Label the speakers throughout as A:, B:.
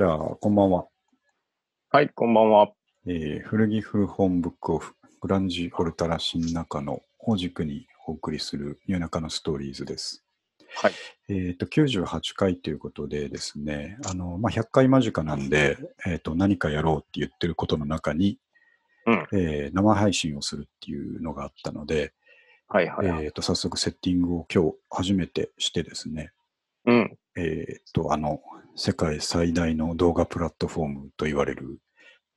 A: ーこんばんは、
B: はい、こんばんは。
A: えー古着古本ブックオフ、グランジオルタラ新中野を軸にお送りする夜中のストーリーズです。
B: はい。
A: えー、と98回ということでですね、あのまあ、100回間近なんで、えーと、何かやろうって言ってることの中に、
B: うん
A: えー生配信をするっていうのがあったので、
B: はいはい、はい
A: えー、と早速セッティングを今日初めてしてですね、
B: うん。
A: えーっと、あの、世界最大の動画プラットフォームと言われる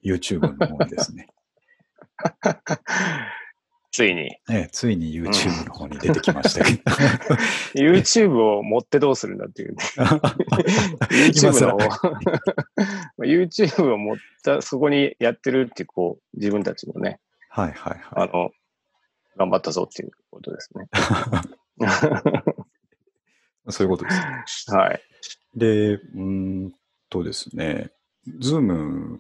A: YouTube の方にです ね、
B: ついに。
A: ええついに YouTube の方に出てきましたけど、
B: YouTube を持ってどうするんだっていうね。
A: 今
B: YouTube
A: 更
B: の、YouTube を持った、そこにやってるっていう、こう、自分たちもね、
A: はいはい
B: あ
A: はい。
B: の、頑張ったぞっていうことですね。
A: そういうことです。
B: はい。
A: で、うーんとですね、Zoom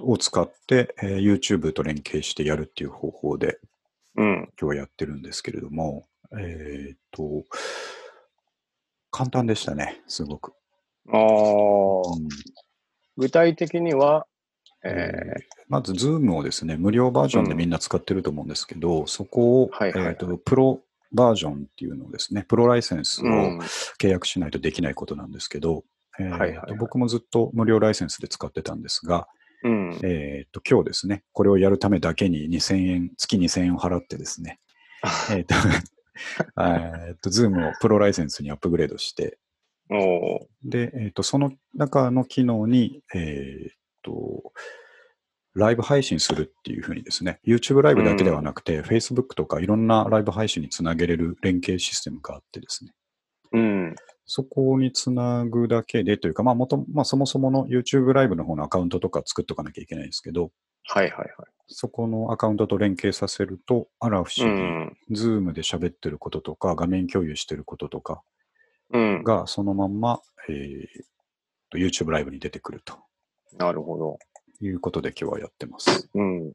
A: を使って、えー YouTube と連携してやるっていう方法で
B: うん。
A: 今日はやってるんですけれども、えーっと、簡単でしたね、すごく。
B: あー
A: うん
B: 具体的には、え
A: え
B: ー
A: ーまず、ズームをですね、無料バージョンでみんな使ってると思うんですけど、そこを、
B: はいはいはい
A: えーとプロバージョンっていうのをですね、プロライセンスを
B: うん、
A: 契約しないとできないことなんですけど、えーと
B: はいはいはい
A: 僕もずっと無料ライセンスで使ってたんですが、
B: うん。
A: えー、と今日ですね、これをやるためだけに2000円、月2000円を払ってです ね、えーと えーと、ズームをプロライセンスにアップグレードして、
B: おー
A: で、えー、とその中の機能に、えー、とライブ配信するっていうふうにですね、YouTube ライブだけではなくて、Facebook とかいろんなライブ配信につなげれる連携システムがあってですね、
B: うん。
A: そこにつなぐだけでというか、まあ元、まあ、そもそもの YouTube ライブの方のアカウントとか作っとかなきゃいけないんですけど、
B: はいはいはい。
A: そこのアカウントと連携させると、あら不
B: う
A: 思議、
B: ん。
A: Zoom で喋ってることとか、画面共有してることとか
B: うん。
A: が、そのまんま、えー、と YouTube ライブに出てくると。
B: なるほど。
A: ということで今日はやってます。
B: うん。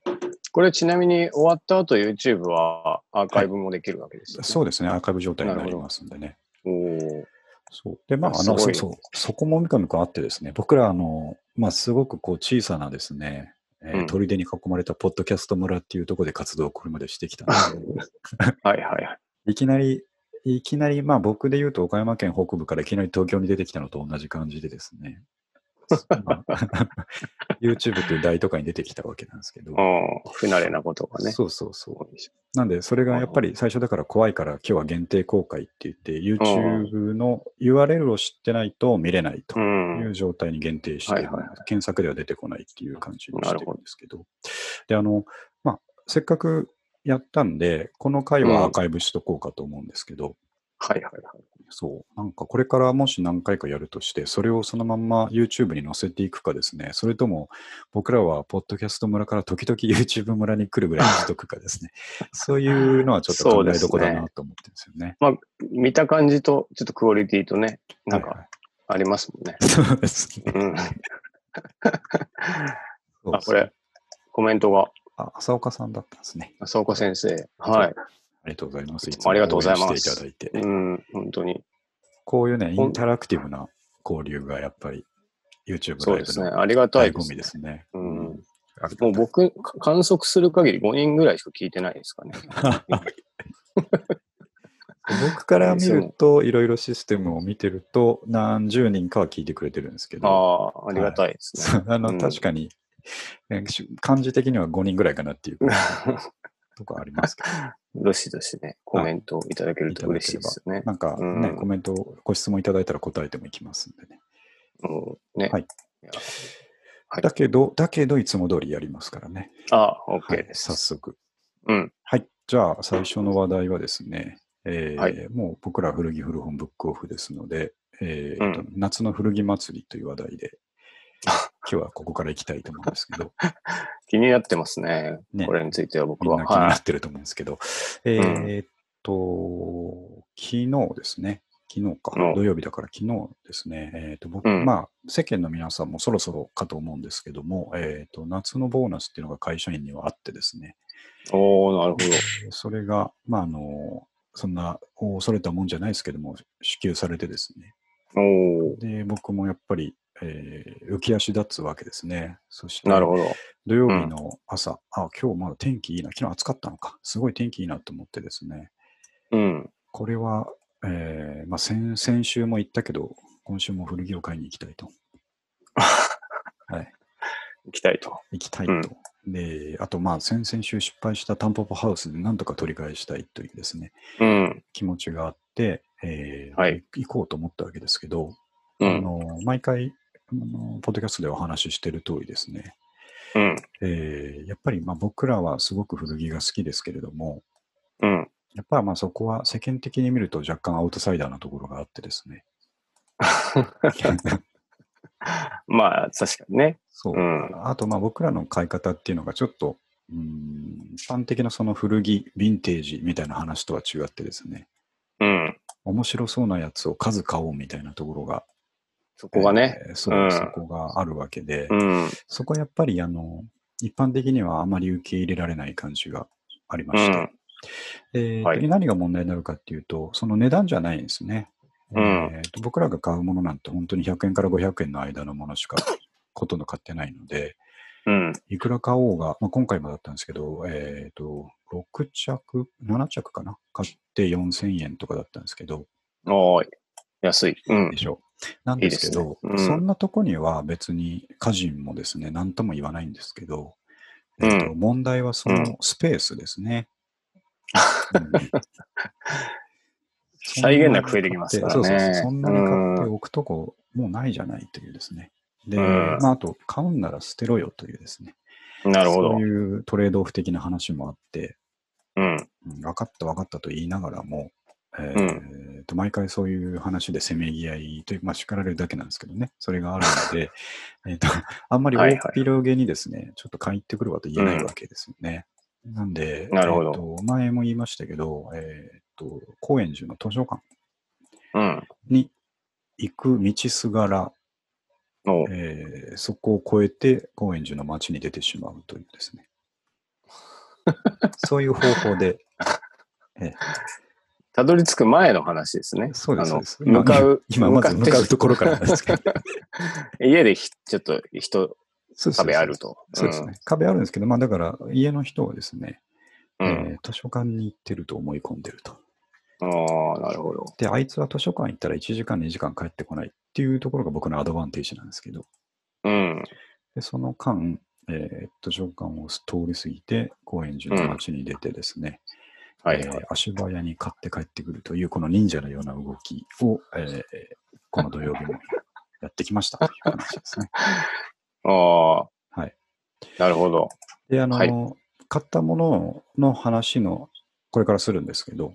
B: これちなみに終わった後 YouTube はアーカイブもできるわけですよ、ね
A: そうですね、アーカイブ状態になりますんでね。
B: おー
A: そうで、まあ、あ
B: す
A: の
B: ごい
A: そうそうそこも三上君あってですね、僕らあの、まあ、すごくこう小さなですね、えー
B: うん
A: 砦に囲まれたポッドキャスト村っていうところで活動をこれまでしてきたんです けど、
B: はいはいはい。
A: いきなり、いきなり、まあ僕で言うと岡山県北部からいきなり東京に出てきたのと同じ感じでです ね、まあ YouTube という大都会に出てきたわけなんですけど、
B: うん。不慣れなことがね。
A: そうそうそう。なんで、それがやっぱり最初だから怖いから、今日は限定公開って言って、YouTube の URL を知ってないと見れないと
B: う
A: い
B: ん。
A: う状態に限定して、
B: はいはいはい
A: 検索では出てこないっていう感じにし
B: な
A: て
B: るほ
A: るん
B: ど
A: ですけど、で、あの、まあ、せっかくやったんで、この回はアーカイブしとこうかと思うんですけど、
B: はいはいはい。
A: そう、なんかこれからもし何回かやるとして、それをそのまんま YouTube に載せていくかですね、それとも僕らはポッドキャスト村から時々 YouTube 村に来るぐらいにしとくか ですね、そういうのはちょっと考えどこだなと思ってるんですよね。
B: 見た感じと、ちょっとクオリティとね、なん
A: はい
B: か
A: は
B: ありますもんね。
A: いそうですね。
B: うん。
A: そう
B: あ、これ、コメントが、
A: あ、浅岡さんだったんですね。
B: 浅岡先生。はい。
A: ありがとうございます。
B: いつもありがとうございます
A: つも応援していただいて。
B: うん、本当に。
A: こういうね、イ
B: ほん
A: ンタラクティブな交流がやっぱり YouTube
B: そう
A: ライ
B: です
A: ブ
B: ね。
A: の
B: ありがたい
A: 醍
B: で
A: 醐
B: す
A: 味。ですね。
B: うん
A: うんありがと
B: もう
A: う
B: 僕、か観測する限り5人ぐらいしか聞いてないですかね。
A: 僕から見ると、いろいろシステムを見てると、何十人かは聞いてくれてるんですけ
B: あ
A: ど、
B: あ、ありがたいです
A: そ
B: ね。
A: う あ
B: う
A: の
B: ん
A: 確かに、えーし感じ的には5人ぐらいかなっていうとこありますけど、
B: どしどしね、コメントをいただけると嬉しいですよね。
A: なんかね、
B: うん
A: コメント、ご質問いただいたら答えてもいきますんでね。
B: うんね。
A: はい
B: や。はい
A: だけど、だけど、いつも通りやりますからね。
B: あ、OK
A: はい
B: で、す。
A: 早速。
B: うん。
A: はい。じゃあ、最初の話題はですね、えー
B: は
A: もう僕ら古着古本ブックオフですので、えー
B: うん
A: と夏の古着祭りという話題 で、今日はここから行きたいと思うんですけど、
B: 気になってますね。
A: ね
B: これについては僕
A: みん
B: は。
A: な気にな
B: は
A: ってると思うんですけど、えーっと、昨日ですね、昨日か
B: う、ん
A: 土曜日だから昨日ですね、えーっと僕、
B: うん
A: まあ、世間の皆さんもそろそろかと思うんですけども、えーっと、夏のボーナスっていうのが会社員にはあってですね、
B: い。おおなるほど。
A: それが、まあ、あの、そんな恐れたもんじゃないですけども、支給されてですね。
B: おお
A: で、僕もやっぱり、えー浮き足立つわけですね。そして、
B: なるほど。
A: 土曜日の朝、あ、今日まだ天気いいな、昨日暑かったのか、すごい天気いいなと思ってですね、
B: うん。
A: これは、えーまあ、先先週も言ったけど、今週も古着を買いに行きたいと。はい、
B: 行きたいと。
A: 行きたいと。で、あと、まあ、先々週失敗したタンポポハウスでなんとか取り返したいというですね、
B: うん。
A: 気持ちがあって、えー
B: はい
A: 行こうと思ったわけですけど、
B: う
A: あ
B: ん。
A: の毎回あの、ポッドキャストでお話ししている通りですね、
B: うん。
A: えーやっぱりまあ僕らはすごく古着が好きですけれども、
B: うん。
A: やっぱまあそこは世間的に見ると若干アウトサイダーなところがあってです ね。
B: まあ、確かにね。
A: そう
B: う。ん。
A: あとまあ僕らの買い方っていうのがちょっと、うーん、一般的なその古着、ヴィンテージみたいな話とは違ってですね、
B: うん。
A: 面白そうなやつを数買おうみたいなところが、
B: そこがね。
A: えーそう
B: うん
A: そこがあるわけで、
B: うん。
A: そこはやっぱりあの、一般的にはあまり受け入れられない感じがありま
B: う
A: した。
B: ん。
A: えー
B: はい
A: で何が問題になるかっていうと、その値段じゃないんですね。
B: うん
A: えーと僕らが買うものなんて本当に100円から500円の間のものしかほとんど買ってないので、
B: うん。
A: いくら買おうが、まあ、今回もだったんですけど、えっ、と、6着、7着かな買って4000円とかだったんですけど、
B: おーい。安い。うん
A: で。しょなんですけど、
B: いいですねう
A: そ
B: ん
A: んなとこには別に家人もですね、何とも言わないんですけど、
B: う
A: え
B: ん
A: ーと問題はそうの
B: ん
A: スペースです ね。うん
B: 際限なく増えてきますから
A: そ
B: ね
A: うそうそうそんなに買っておくとこ、もうないじゃないというですね。で、
B: うん
A: まあ、あと、買うんなら捨てろよというですね。
B: なるほど
A: そう。いうトレードオフ的な話もあって、
B: うん。
A: うん、分かった分かったと言いながらも、えーと毎回そういう話でせめぎ合いという、まあ、叱られるだけなんですけどね、それがあるの で、えーとあんまり
B: はいは
A: 大
B: い
A: 広げにですね、ちょっと買いに行ってくるわと言えないわけですよね。なんで、
B: なるほど
A: えーと前も言いましたけど、えー、と高円寺の図書館
B: うん。
A: に行く道すがら、
B: おー
A: えーそこを越えて高円寺の街に出てしまうというです ね。そういう方法で、
B: たどり着く前の話ですね。
A: そうです
B: あ
A: そう
B: の
A: です。
B: 向かう、
A: 今、今まず向かうところからなんですけど。
B: ら。 家でひちょっと人、
A: そうそうそう
B: 壁ある。と。
A: そうですね。壁あるんですけど、まあだから家の人はですね、
B: うん。うん
A: えー図書館に行ってると思い込んでると。
B: ああ、なるほど。
A: で、あいつは図書館行ったら1時間、2時間帰ってこないっていうところが僕のアドバンテージなんですけど、
B: うん。
A: でその間、えー図書館を通り過ぎて、高円寺の街に出てですね、
B: はい
A: え
B: はい。
A: ー足早に買って帰ってくるという、この忍者のような動きを、えーこの土曜日もやってきましたという話です ね。
B: ああ。
A: はい。
B: なるほど。
A: で、あの、
B: はい
A: 買ったものの話の、これからするんですけど、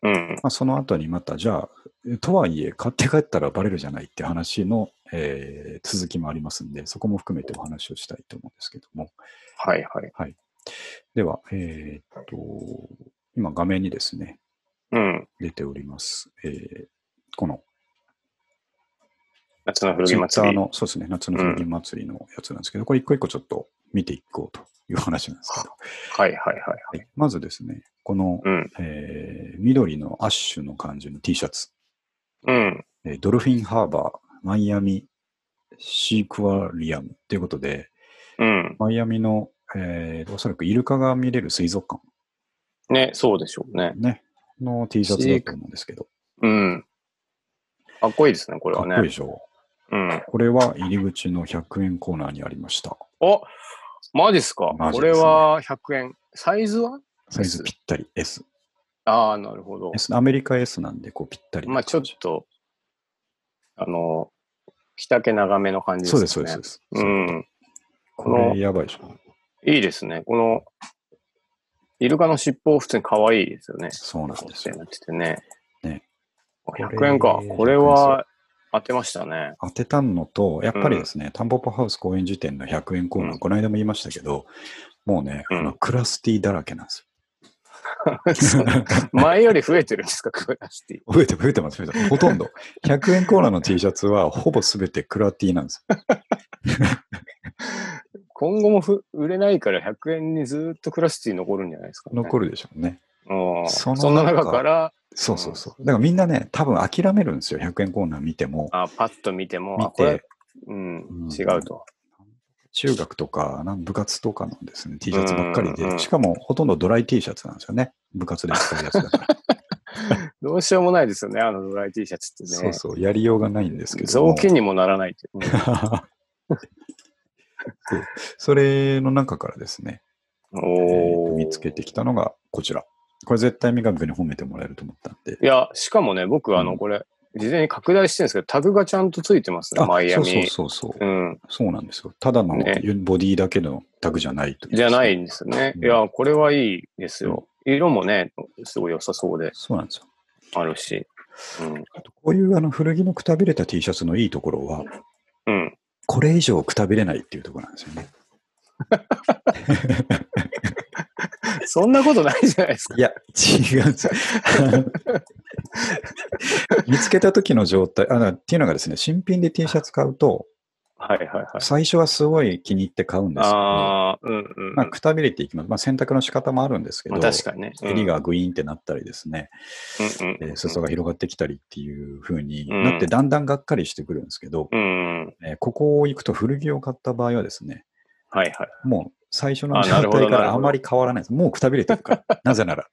B: うん。
A: まあ、その後にまた、じゃあ、えとはいえ、買って帰ったらバレるじゃないって話の、えー続きもありますんで、そこも含めてお話をしたいと思うんですけども。
B: はいはい。
A: では、えーっと、今画面にですね、
B: うん。
A: 出ております。えーこの
B: 夏の古
A: ツ
B: 着
A: イッタ
B: 祭
A: ー
B: り。
A: の、そうですね、夏の古着祭りのやつなんですけど、これ一個一個ちょっと見ていこうという話なんですけど、
B: はいはいはい。
A: はいまずですね、この、
B: うん。
A: えー緑のアッシュの感じの T シャツ、
B: うん。
A: えードルフィンハーバー、マイアミシークワリアムということで、
B: うん。
A: マイアミの、えーおそらくイルカが見れる水族
B: ね、そうでしょうね
A: 館。ね、の T シャツだと思うんですけど、
B: うん。かっこいいですね、これ
A: か
B: は
A: っ
B: ね。
A: こいいでしょ
B: うん
A: う。。これは入り口の100円コーナーにありました。
B: おマジっすか
A: マジ
B: こ
A: ですね
B: れは100円。サイズは
A: サイズぴったり S。
B: ああ、なるほど。
A: S アメリカ S なんで、こうぴったりな
B: まあちょっと、あの、着丈長めの感じです
A: そう
B: ね。
A: です、そうです。そうです
B: うん。
A: こ
B: この
A: れやばいでしょ。
B: いいですね。この、イルカの尻尾、普通に可愛いですよね。
A: そうなんですよ
B: こうやってなっててね。
A: ね
B: 100円か
A: これ。
B: これは当てましたね。
A: 当てたんのと、やっぱりですね、タンポポハウス公演時点の100円コーナー、
B: うん
A: この間も言いましたけど、もうね、
B: うん
A: あのクラスティだらけなんです
B: そう
A: よ。
B: 前より増えてるんですか、クラシティ。
A: 増えて増えてます、増えてます。ほとんど。100円コーナーの T シャツ は、ほぼすべてクラティなんですよ。
B: 今後もふ売れないから100円にずっとクラシティ残るんじゃないですか、ね。
A: 残るでしょうね。
B: うん
A: そ
B: そ
A: の
B: んな中から、
A: そうそうそう。だからみんなね、多分諦めるんですよ、100円コーナー見ても。
B: あパッと見ても、あ
A: 見
B: これ
A: て、
B: うん
A: うん、
B: 違うと。
A: 中学とか、なん部活とかのですね、T シャツばっかり
B: うんうんう
A: で、
B: ん
A: しかもほとんどドライ T シャツなんですよね。部活で使うやつだ から。
B: どうしようもないですよね、あのドライ T シャツってね。
A: そうそう、やりようがないんですけども。
B: 雑巾にもならないって。うん
A: そうそれの中からですね、 えー
B: おー
A: 見つけてきたのがこちら。これ絶対三上君に褒めてもらえると思ったんで。
B: いや、しかもね、僕、あ
A: うん
B: の、これ、事前に拡大してるんですけど、タグがちゃんとついてますね、
A: あ
B: マイアミ。
A: そうそうそうそう。
B: うん。
A: そうなんですよ。ただの
B: ね
A: ボディだけのタグじゃないとう
B: じゃないんですよね。
A: うん
B: いや、これはいいです
A: うん
B: よ。色もね、すごい良さそうで
A: そうなんですよ。
B: あるし。うん。
A: あとこういうあの古着のくたびれた T シャツのいいところは、
B: うん。
A: これ以上くたびれないっていうところなんですよね。
B: そんなことないじゃないですか。
A: いや、違うんですよ。 見つけた時の状態あの、っていうのがですね、新品で T シャツ買うと、
B: はいはいはい。
A: 最初はすごい気に入って買うんですけど、
B: ああ、うんうん。
A: まあ、くたびれていきます。まあ、選択の仕方もあるんですけど、
B: まあ確かにね。うん
A: 襟がグイーンってなったりですね、
B: うんうん
A: えー裾が広がってきたりっていう風に
B: うん
A: なって、だんだんがっかりしてくるんですけど、
B: うんうん。
A: えーここを行くと古着を買った場合はですね、
B: はいはい。
A: もう最初の
B: あ
A: 状
B: なるほど
A: 態か
B: なる
A: らあ
B: ほど
A: まり変わらないです。もうくたびれてる から。なぜなら。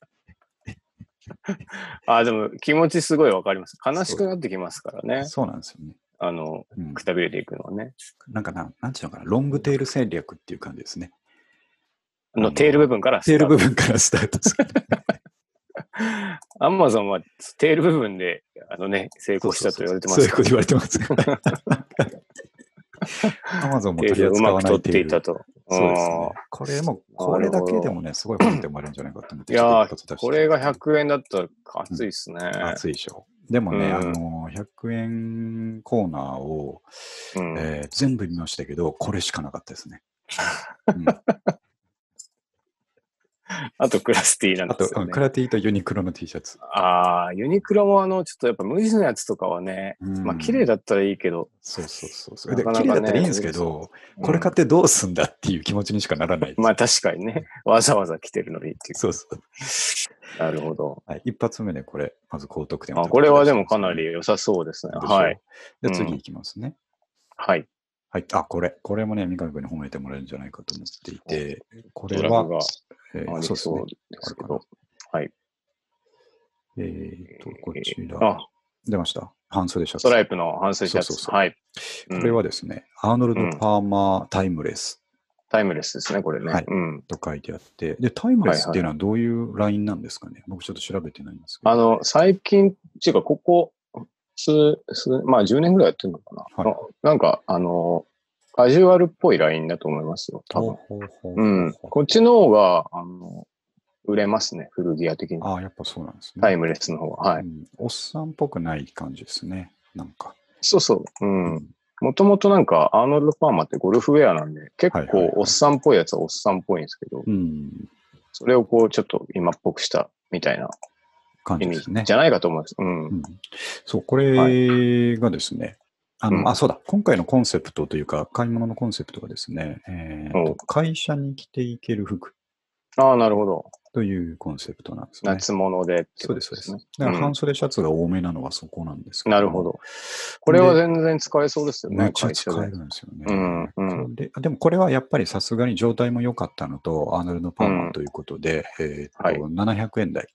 B: ああ、でも気持ちすごいわかります。悲しくなってきますからね。
A: そうなんですよね。
B: あの、
A: うん
B: く、たびれていくのはね。
A: なんかな、なんていうのかな、ロングテール戦略っていう感じですね。あ
B: あの、
A: の
B: テール部分から
A: テール部
B: 分。
A: 分からスタートする。
B: アマゾンはテール部分で、あのね、成功したと言われてま
A: そ
B: す
A: ういうこと言われてますから。アマゾンも
B: テ
A: 取り
B: ールをう
A: 扱
B: ま
A: わ
B: く
A: ない
B: 取っ
A: テ
B: て
A: ー
B: い
A: ル
B: た。と。
A: そうです
B: あ
A: ね
B: ー。
A: これも、
B: なるほど
A: これだけでもね、すごい褒めてもらえるんじゃないかと思って。
B: いやー
A: ちょっと一発出して
B: これが100円だったら熱いですね。
A: 熱いでしょ。でもね、
B: うん
A: あのー、100円コーナーを、
B: うん
A: えー全部見ましたけど、これしかなかったです ね。うん
B: あとクラスティなん
A: あ
B: で
A: と
B: す、よ、
A: うん
B: ね
A: ク。ラティとユニクロの T シャツ。
B: ああ、ユニクロもあの、ちょっとやっぱ無地のやつとかはね、
A: うん
B: まあ綺麗だったらいいけど、
A: そうそうそうそう。で
B: なかなか
A: 綺
B: ね
A: 麗だったらいいんですけど、これ買
B: か
A: ってどうすんだっていう気持ちにしかならないです。
B: まあ確かにね、わざわざ来てるのにってい
A: そうそう。
B: う。なるほど。
A: はい、一発目でこれ、まず高得点を
B: あ
A: 叩き
B: これはでも
A: 出して
B: か
A: ますね
B: なり良さそうですね。
A: でしょ
B: はい。。
A: で、
B: うん
A: 次いきますね。
B: はい。
A: はい。あ、これ。これもね、三上君に褒めてもらえるんじゃないかと思っていて、これ
B: ドラ
A: は
B: フ、が
A: えー
B: あり
A: そうです
B: そ
A: ね
B: う。ですけ
A: ある
B: ど。はい。
A: えー、と、こちら。
B: あ、
A: 出ました。半袖シャ
B: ス
A: ツ。
B: ト
A: こ
B: ライプの半袖シャ
A: そ
B: ツ。
A: うそうそう
B: はい。うん
A: れはですね、アーノルド・パーマー・タイムレス
B: タイムレスですね、これね。
A: はい
B: うん。
A: と書いてあって、で、タイムレスっていうのはどういうラインなんですかね僕ちょっと調べてないんですけど。
B: あの、最近、っていうか、ここ、数、数、まあ10年ぐらいやってるのかな。
A: はい
B: あなんか、あの、カジュアルっぽいラインだと思いますよ、多分。
A: ほうほうほうほう
B: うん。こっちの方が、あの、売れますね、古着屋的に。
A: ああ、やっぱそうなんですね。
B: タイムレスの方が。は
A: う
B: い。
A: んおっさんっぽくない感じですね。なんか。
B: そうそう。う。。
A: うん
B: もともとなんか、アーノルド・パーマってゴルフウェアなんで、結
A: はいはいはい
B: 構おっさんっぽいやつはおっさんっぽいんですけど、
A: うん。
B: それをこう、ちょっと今っぽくしたみたいな
A: 感
B: 意
A: じで
B: 味
A: すね
B: じ。ゃないかと思うんです。うん。
A: うんそう、これがですね、あの、
B: うん
A: あ、そうだ、今回のコンセプトというか、買い物のコンセプトがですね、えーと
B: おう
A: 会社に着ていける服
B: ああ、なるほど。
A: というコンセプトなんですね。
B: 夏物でって
A: そ
B: こ
A: う
B: と
A: です、そうです。
B: ね。
A: だから
B: うん
A: 半袖シャツが多めなのはそこなんですけ
B: なるほど。これは全然使えそうですよ
A: め
B: ね
A: っ、ちゃ
B: 会
A: 使
B: 社
A: え
B: で
A: る。んですよね。
B: うんうん
A: これあでもこれはやっぱりさすがに状態も良かったのと、アーノルド・パーマということで、えーっと
B: はい
A: 700円台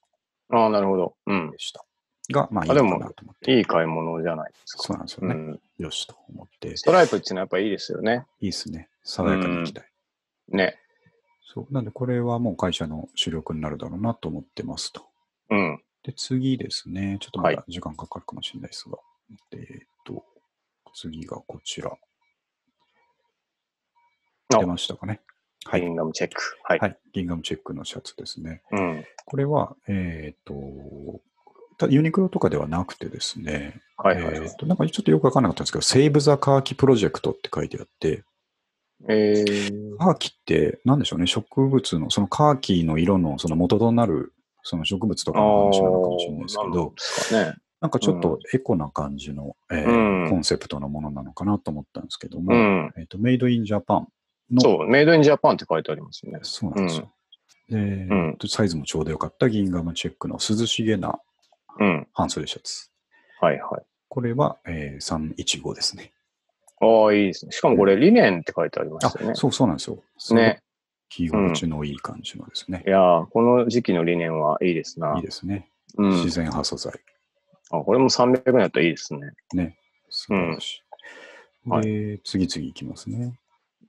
B: ああ、なるほど。うん。
A: でした。が、まあいい
B: あ
A: の
B: で
A: か
B: も
A: なと思って。
B: いい買い物じゃないですか。
A: そうなんですよ
B: う
A: ね。
B: ん。
A: よしと思って、い
B: ストライプっていうのはやっぱいいですよね。
A: いですね。爽やかに行きたい。
B: ね。
A: そう。なんで、これはもう会社の主力になるだろうなと思ってますと。
B: うん。
A: で、次ですね。ちょっとま
B: は
A: だ時間かかるかもしれないですが。えーっと、次がこちら。
B: あ
A: 出ましたかね。は
B: ビ
A: い
B: リンガムチェック。はい。
A: はい。ギンガムチェックのシャツですね。
B: うん。
A: これは、えーっと、たユニクロとかではなくてですね、
B: はいはい
A: えー
B: はい
A: っ。となんかちょっとよくわかんなかったんですけど、セーブ・ザ・カーキ・プロジェクトって書いてあって、
B: えー、
A: カーキって何でしょうね、植物の、そのカーキの色のその元となるその植物とかの話なのかもしれないですけ
B: あーなん
A: ど、
B: ですかね。
A: なんかちょっとエコな感じの、えー
B: うん
A: コンセプトのものなのかなと思ったんですけども、
B: うん。
A: えーっとメイド・イン・ジャパンの、
B: そう、メイドインジャパンって書いてありますよね。
A: そうなんですよ。で
B: ん
A: えーっとサイズもちょうどよかったギンガムチェックの涼しげな
B: うん。
A: 半袖シャツ。
B: はいはい。
A: これは、えー、315ですね。
B: ああ、いいですね。しかもこれ、理念って書いてありま
A: あ
B: したよね。
A: そうそうなんですよ。
B: ね。。
A: 気持ちのいい感じのですね
B: い。やーこの時期の理念はいいですな。
A: いいですね。
B: うん、
A: 自然派素材。
B: あこれも300円だったらいいですね。
A: ね。素晴らしい。
B: はい
A: で、次々いきますね。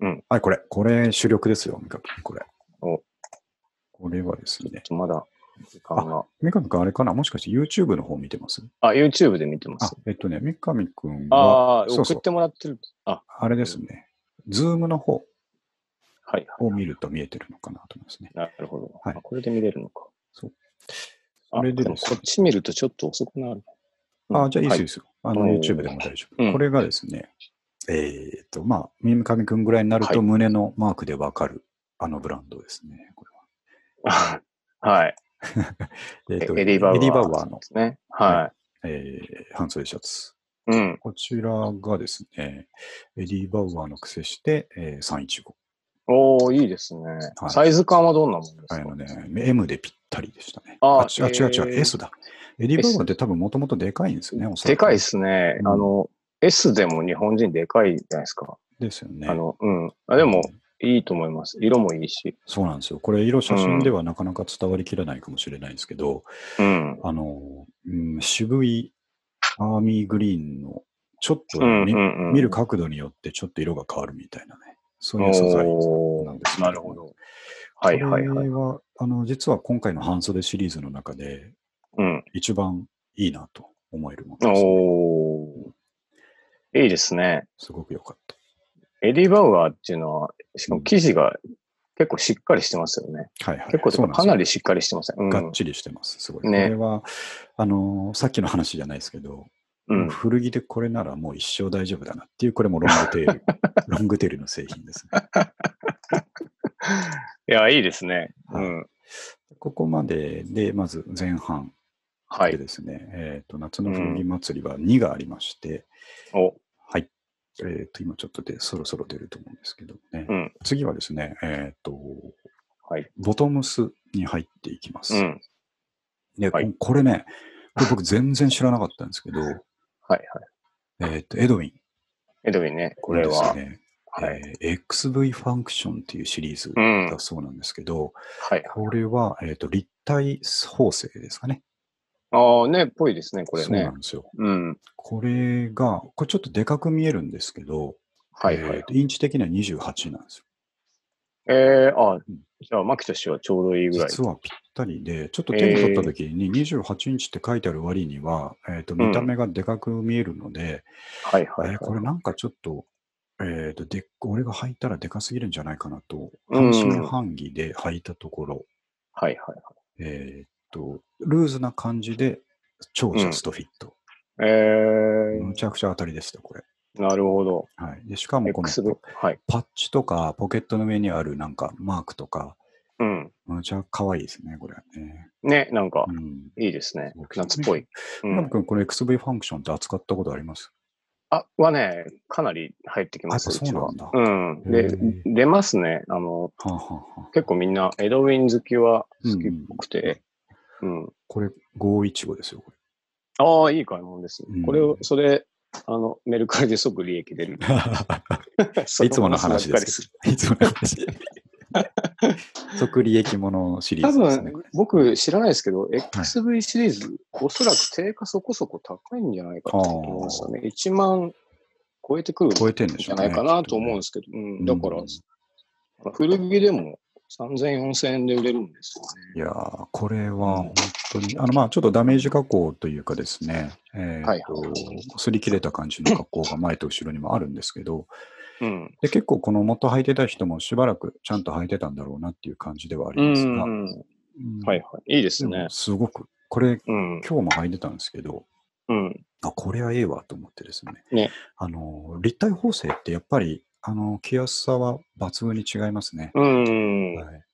B: うん。
A: はい、これ。これ、主力ですよ、三上君、これ。
B: お
A: これはですね。
B: ちょっとまだ時間が。
A: 三上君、あれかなもしかして YouTube の方見てます
B: あ、YouTube で見てま
A: あ
B: す。、
A: えっとね、三上君は、
B: ああ、
A: そう
B: 送
A: そう
B: ってもらってる。あ、
A: あれですね。Zoom の方
B: はい。
A: を見ると見えてるのかなと思いますね。
B: なるほど。
A: はい
B: あこれで見れるのか。
A: そう。
B: あ
A: それで
B: で
A: で
B: も
A: す
B: こっち見るとちょっと遅くなる。
A: あ、じゃあいいですよいい
B: は
A: ですよ。あの、
B: おー
A: YouTube でも大丈
B: うん
A: 夫。これがですね、えーっと、まあ、三上くんぐらいになる
B: はい
A: と胸のマークでわかる、あのブランドですね。こ
B: はい。
A: れは えーっと
B: エリーバウアー。
A: エリバウアーの
B: で、すね。は
A: えー半袖シャツ。
B: い。うん。
A: こちらがですね、エリー・バウアーの癖して、えー315。
B: おおいいですね、
A: はい
B: サイズ感はどんなもんですか
A: あのね、M でぴったりでしたね。
B: あ
A: あ、違う違う違う、
B: えー
A: S だ。エリー・バウ
B: S
A: アーって多分もともとでかいんですよね、おそら
B: で
A: く
B: かいですね。
A: うん
B: あの、S でも日本人でかいじゃないですか。
A: ですよね。
B: あの、うん。あでも、いいと思います。色もいいし。
A: そうなんですよ。これ、色写真ではなかなか伝わりきらないかもしれないんですけど、
B: うん。
A: あの、うん、渋いアーミーグリーンの、ちょっと
B: う
A: ね、
B: んう
A: み
B: んうん。
A: 見る角度によってちょっと色が変わるみたいなね、そういう素材な
B: お
A: んです
B: ー
A: よ
B: なるほど。はいはい
A: こ
B: はい
A: れ。は、あの、実は今回の半袖シリーズの中で、
B: うん。
A: 一番いいなと思えるものです、ね。
B: おーいいですね。
A: すごく良かった。
B: エディ・バウアーっていうのは、しかも生地が結構しっかりしてますよね。
A: はいはい。
B: 結構と
A: そう
B: か、
A: んです
B: か
A: よ
B: なりしっかりしてますね。うん。
A: がっちりしてます。すごい。
B: ね
A: これは、あの、さっきの話じゃないですけど、
B: うん、
A: 古着でこれならもう一生大丈夫だなっていう、これもロングテー ル、ロングテールの製品ですね。
B: いや、いいですね。う
A: はい
B: ん。
A: ここまでで、まず前半
B: は
A: で
B: い。
A: ですね、えーと夏の古着祭りは2がありまして、
B: お、
A: はい。えーと、今ちょっとで、そろそろ出ると思うんですけどね。
B: うん
A: 次はですね、えーと、
B: はい。
A: ボトムスに入っていきます。
B: うん。はい
A: で、
B: はい
A: これね、これ僕全然知らなかったんですけど、
B: はい。
A: えーと、エドウィン
B: エドウィンね、これ
A: です
B: は。
A: ね、
B: はい。
A: えー XV ファンクションっていうシリーズ
B: うん。
A: だそうなんですけど、
B: はい。
A: これは、えーと、立体縫製ですかね。
B: ああ、ね、っぽいですね、これ
A: そうな
B: ね
A: ん。ですよ。
B: うん。
A: これが、これちょっとでかく見えるんですけど、
B: はいは
A: え
B: い
A: ー。とインチ的には28なんですよ。
B: えー、あ
A: ん
B: じゃあ、マキとしてはちょうどいいぐらい。
A: 実はぴったりで、ちょっと手に取った時に28インチって書いてある割には、えーと見た目がでかく見えるので、
B: はいはいは
A: え
B: い。
A: ーこれなんかちょっと、えー、とで俺が履いたらでかすぎるんじゃないかなと、
B: うん
A: 半信半疑で履いたところ、
B: はいはい
A: えー、とルーズな感じで超ジャストフィット。
B: はい。え
A: むちゃくちゃ当たりでした、これ。
B: ー、なるほど。
A: はい、でしかもこの
B: X ブはい。
A: パッチとかポケットの上にあるなんかマークとか、
B: うん。
A: むちゃ可愛いですね、これはね。
B: ね、なんか
A: う、ん。
B: いいですね
A: すご。く
B: 夏っぽい。う
A: ナブ
B: ん、
A: 君、この XV ファンクションって扱ったことあります
B: あはね、かなり入ってきます
A: あやっぱそうなんだ
B: うちはうん。
A: へ
B: で
A: ー、
B: 出ますね。あの、
A: はあ、はあはあ、
B: 結構みんな、エドウィン好きは好き
A: う
B: っ
A: ん
B: ぽくて。うん。
A: これ515ですよ、こ
B: ああ、いい買い物ですね。
A: うん
B: これを、それ、あの、メルカリで即利益出る。
A: れ。
B: そ
A: いつもの話
B: ば
A: で
B: っかり
A: すけど。いつもの話。 即利益ものシリー
B: 多
A: ズですね。
B: 分、僕知らないですけど、XV シリーズ、おそらく定価そこそこ高いんじゃないかと思いますよね。1万超えてくるん
A: 超えてんでし
B: じ
A: ょ
B: ゃ
A: う、
B: な
A: ね。
B: いかなと思うんで
A: き
B: すけど、うんん、だから、古着でも3000円、4000円で売れるんですよ
A: っとね。いやー、これは本当に、あの、まあ、ちょっとダメージ加工というかですね、えー
B: はい
A: と、擦り切れた感じの加工が前と後ろにもあるんですけど、
B: ね。
A: で結構この元履いてた人もしばらくちゃんと履いてたんだろうなっていう感じではあ
B: う
A: り
B: ん。
A: ます
B: うん
A: が、
B: うん。
A: うん
B: はいはい。いいです
A: で
B: ね
A: も。すごく、これ、
B: う
A: 今
B: ん。
A: 日も履いてたんですけど、
B: うん。
A: あ、これはええわと思ってですね。
B: ね
A: あの、立体縫製ってやっぱり、あの、着やすさは抜群に違いますね。
B: うん。
A: はい。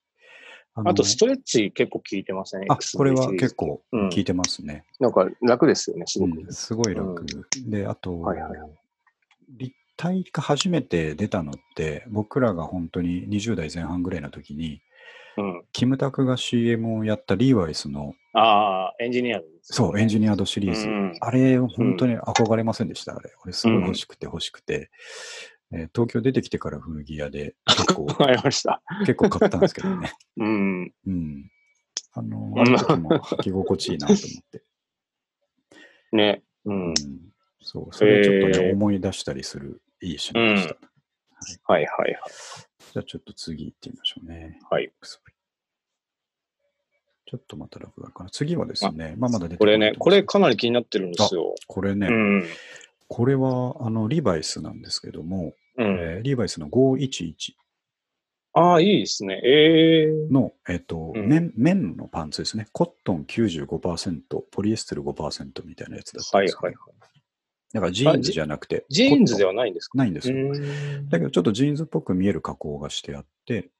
A: あの
B: あと、ストレッチ結構効いてません、ね、
A: あ、これは結
B: 構
A: 構
B: うん
A: 効いてますね。
B: なんか楽ですよね、すごく。
A: うんすごい楽。で、あと
B: はいはい、
A: 立体が初めて出たのって、僕らが本当に20代前半ぐらいの時に、
B: うん。
A: キムタクが CM をやったリーワイスの、
B: ああ、エンジニアードです
A: そう、エンジニアードシリ
B: う
A: ーズ。
B: ん。
A: あれ、本当に憧れませんでした、あれ。俺、すごい欲しくて欲しくて、えー東京出てきてから古着屋で結 構
B: わ、かりました。
A: 結構買ったんですけどね。
B: うん。
A: うん。あの、あの時も履き心地いいなと思って。
B: ね。 う
A: うん
B: ん。
A: そう、それをちょっとね、
B: えー
A: 思い出したりする、いいシーンでした。
B: はいはい
A: じゃあちょっと次行ってみましょうね。
B: はい。
A: ちょっとまた楽があるかな。次はですね、まあまだ出て
B: こ
A: こな
B: れ
A: い
B: ね、これかなり気になってるんですよ。
A: これね、
B: うん。
A: これはあのリバイスなんですけども、
B: うん。
A: えーリバイスの511
B: ああ、いいですね。ええ
A: の、えっと
B: うん
A: 綿綿のパンツですね。コットン95%、ポリエステル5%みたいなやつだったん
B: は
A: で
B: い
A: すよね、
B: はい。
A: だからジーンズじゃなくて、
B: ジーンズで
A: は
B: はないんですか
A: ないんですよ。
B: うん
A: だけどちょっとジーンズっぽく見える加工がしてあって、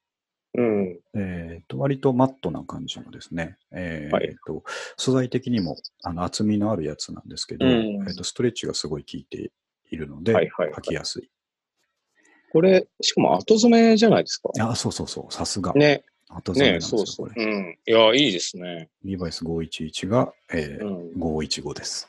B: うん。
A: えー、と割とマットな感じのですね、えー
B: はい
A: と素材的にもあの厚みのあるやつなんですけど、
B: うん
A: えーとストレッチがすごい効いているので、
B: はいはいはい
A: 履きやすい。
B: これ、しかも後染めじゃないですか。
A: あ、そうそうそう、さすが。
B: ね。
A: 後染めなん
B: ね、
A: です
B: そ
A: よ、
B: うそ
A: こ
B: う。
A: れ。
B: うん。いや、いいですね。
A: リーバイス511が、え
B: う
A: ー
B: ん。
A: 515です。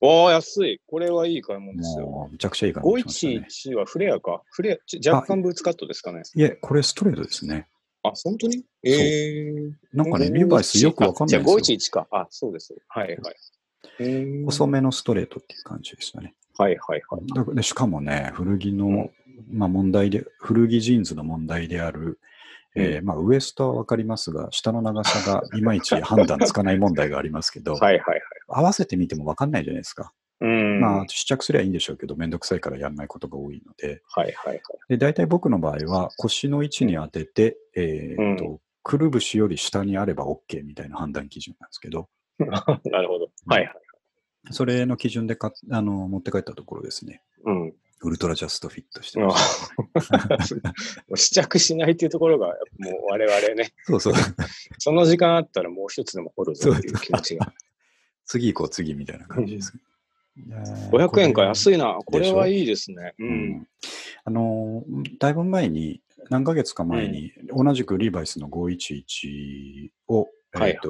B: わあ、安い。これはいい買い物ですよ。
A: もう、むちゃくちゃいい感じしましたね。
B: 511はフレアか。フレア、ち若干ブーツカットですかね。
A: いえ、これストレートですね。
B: あ、本当にええ
A: なんかね、リーバイスよくわかんないんですよ。
B: 511か。あ、そうです。はいはい。うーん
A: 細めのストレートっていう感じでしたね。
B: はいはいはい。
A: だでしかもね、古着の、
B: うん
A: まあ、問題で、古着ジーンズの問題である、えーまあ、ウエストはわかりますが、下の長さ がいまいち判断つかない問題がありますけど、
B: はいはいはい。
A: 合わせてみてもわかんないじゃないですか。
B: うん。
A: ま
B: は
A: あ、試着すりゃいいんでしょうけど、めんどくさいからやんないことが多いので、
B: いはいはい。
A: で大体僕の場合は腰の位置に当てて、えーっと、
B: う
A: くるぶしより下にあれば OK みたいな判断基準なんですけど、
B: なるほど。はい はい。
A: それの基準でかあの持って帰ったところですね、
B: うん。
A: ウルトラジャストフィットして
B: も
A: ました。
B: う試着しないっていうところが、もう我々ね、
A: そうそう。
B: その時間あったらもう一つでも掘るぞっていう気持ちが。
A: 次行こう、次みたいな感じです。
B: 500円か
A: い
B: 安いな。これはいいですね。う。
A: やー。これうんんあのーだいぶ前に、何ヶ月か前に、同じくリーバイスの511を、
B: はい
A: えーと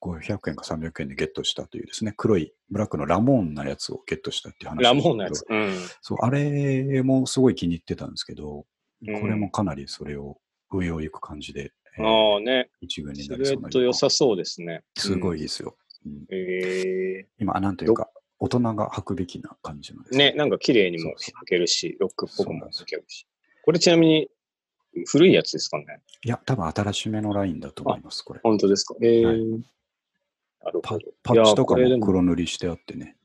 A: 500円か300円でゲットしたというですね、黒いブラックのラモーンなやつをゲットしたっていう話
B: ラ
A: なんですけ
B: モ
A: ど
B: ンのやつ。うん。
A: そう、あれもすごい気に入ってたんですけど、
B: うん
A: これもかなりそれを上を行く感じで、えー
B: ああね、
A: 一軍に
B: シ
A: な
B: ル
A: り
B: エ
A: そうな
B: ット良さそうですね。
A: すご
B: い。
A: いですよ。うん、
B: え
A: 今、なんというか、大人が履くべきな感じので
B: ー
A: す
B: ね、なんか綺麗に
A: そ
B: も
A: うそ
B: 履けるし、ロックっ
A: そ
B: ぽく
A: うなん
B: も
A: ですよ
B: 履けるし。これちなみに、古いやつですかね。
A: いや、多分新しめのラインだと思います、これ。
B: 本当ですか。えー
A: はい
B: なる
A: パ
B: ほど。
A: パッチとか
B: いやーこれで
A: も
B: も
A: 黒塗りしてあってね。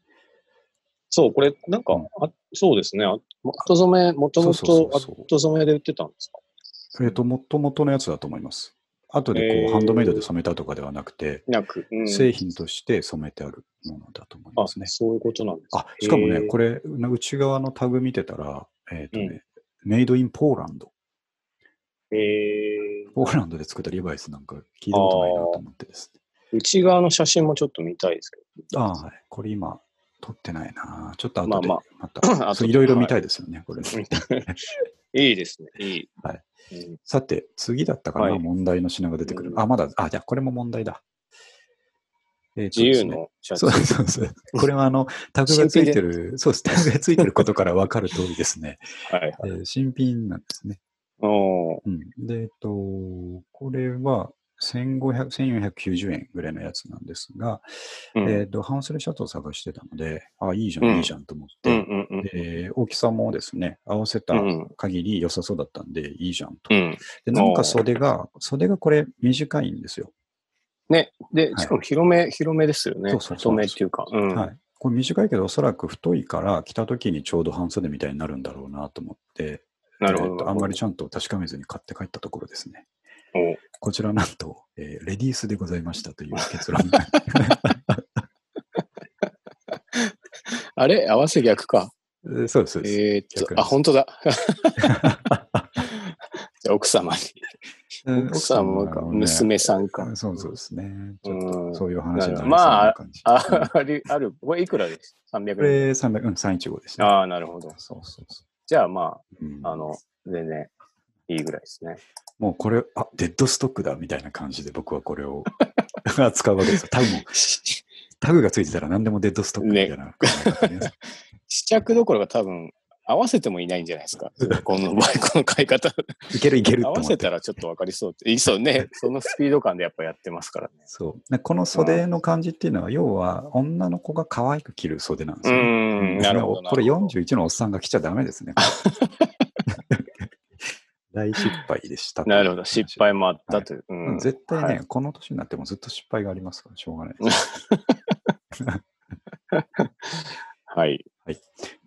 B: そう、これ、なんか、
A: うん
B: あそうですね。あ後染め、もとも
A: そうそ
B: と
A: うそうそう
B: 後染めで売ってたんですか
A: えっ、と、もともとのやつだと思います。後でこう、
B: えー
A: ハンドメイドで染めたとかではなくて、
B: なく。うん
A: 製品として染めてあるものだと思い
B: あ
A: ますね。
B: そういうことなんです
A: あ、しかも
B: え
A: ね、
B: ー
A: これ、内側のタグ見てたら、えっ、とね、メイドインポーランド。
B: え
A: ポーランドで作ったリバイスなんか聞いたことないなと思ってですね。
B: ー内側の写真もちょっと見たいですけ
A: ああー、はい。これ今、撮ってないな。ちょっと後
B: まあ
A: で、
B: ま
A: ま
B: あ
A: た、
B: 後で
A: そういろいろ見たいですよね、これ。
B: ど。いいですね。いい。
A: はい
B: うん
A: さて、次だったかな、
B: はい
A: 問題の品が出てくる。
B: うん
A: あ、まだ、あ、じゃあこれも問題だ。えー
B: 自由。のシャツ
A: そうですねそう そうそう。これはあの、タグがついてる、そうです。タグがついてることから分かる通りですね。
B: はい
A: えー新品なんですね。
B: おー
A: うん。で、えっと、これは、1500 1490円ぐらいのやつなんですが、
B: うん
A: えっと、半袖シャツを探してたので、あ、いいじゃん、
B: うん
A: いいじゃんと思っ
B: うん
A: て、
B: うんうん
A: で大きさもですね、合わせた
B: うん
A: 限り良さそうだったんで、いいじゃんと
B: う。ん
A: で、なん
B: お
A: か
B: ー
A: 袖が、袖がこれ短いんですよ。
B: ね、
A: は、
B: で
A: い
B: しかも広め、広めですよね。
A: そうそうそう
B: 太めっていうか。うん
A: はい。これ短いけど、おそらく太いから着た時にちょうど半袖みたいになるんだろうなと思って、
B: なるほ
A: えっ
B: ど。
A: とあんまりちゃんと確かめずに買って帰ったところですね。
B: おー
A: こちらなんと、えーレディースでございましたという結論。
B: あれ合わせ逆か。
A: えそうです、そうです。
B: えーっ
A: 逆
B: と、
A: です
B: あ、本当 だ。じゃあ奥様に。
A: うん
B: 奥様か、
A: もね
B: 娘さんか。
A: そうそうですね。ち
B: う
A: ょっと
B: ん。うん
A: そういう話になりそう
B: まあ
A: な感じ。
B: あありある。これいくらです ?300
A: こ
B: 円。
A: れ300、うん、315ですね。
B: ああ、なるほど。
A: そうそうそ
B: じゃあま
A: う。うん
B: あ、あの、全然いいぐらいですね。
A: もうこれ、あ、デッドストックだみたいな感じで僕はこれを 扱うわけですよ。タグ も、タグがついてたら何でもデッドストックみたいな考え方ね。
B: 試着どころが多分、合わせてもいないんじゃないです か。この場合、この買い方。
A: いけるいけると
B: 合
A: 思
B: わ
A: って
B: せ。たらちょっとわかりそうって。いいそうね。そのスピード感でやっぱやってますからね。
A: そうでこの袖の感じっていうのは、要は女の子が可愛く着る袖なんで
B: う
A: すよね。
B: ん、なるほど。
A: これ
B: なるほど
A: 41のおっさんが来ちゃダメです ね。 大失敗でした。
B: なるほど。失敗もあったという。
A: う
B: うんん。
A: 絶対ね、
B: はい
A: この年になってもずっと失敗がありますから、しょうがないです。
B: はい。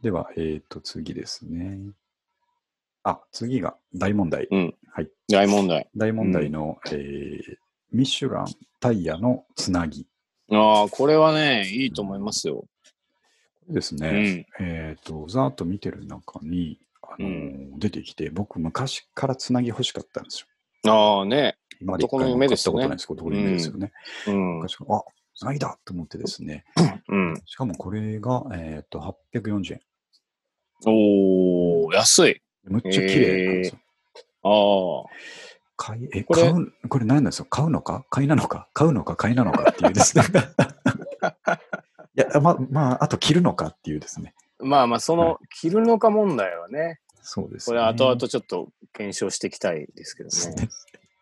A: では、えっ、と、次ですね。あ、次が大問題。
B: うん
A: はい。
B: 大問題。
A: 大問題の、えーミシュランタイヤのつなぎ
B: ああ、これはね、いいと思いますよ。
A: ですね。
B: うん。
A: えっ、と、ざーっと見てる中に、あのー
B: う
A: 出てきて、僕、昔からつなぎ欲しかったんですよ。
B: ああね。
A: 今
B: 男の夢ですよね
A: 買ったことないですけど、男の夢ですよね。
B: うん。
A: 昔から、あつなぎだと思ってですね、
B: うん。
A: しかもこれが、えっ、と、840円。
B: おー、安い。
A: むっちゃ綺麗なんですよ。
B: ああ。
A: 買いえ
B: これ
A: 買うこれ何なんですよ買うのか買いなのか買うのか買いなのかっていうです ね。いや、ま、まあ、あと着るのかっていうですね。
B: まあまあ、その、着るのか問題はね、
A: そうです、
B: こ
A: ね。
B: れは後々ちょっと検証していきたいですけど
A: です
B: ね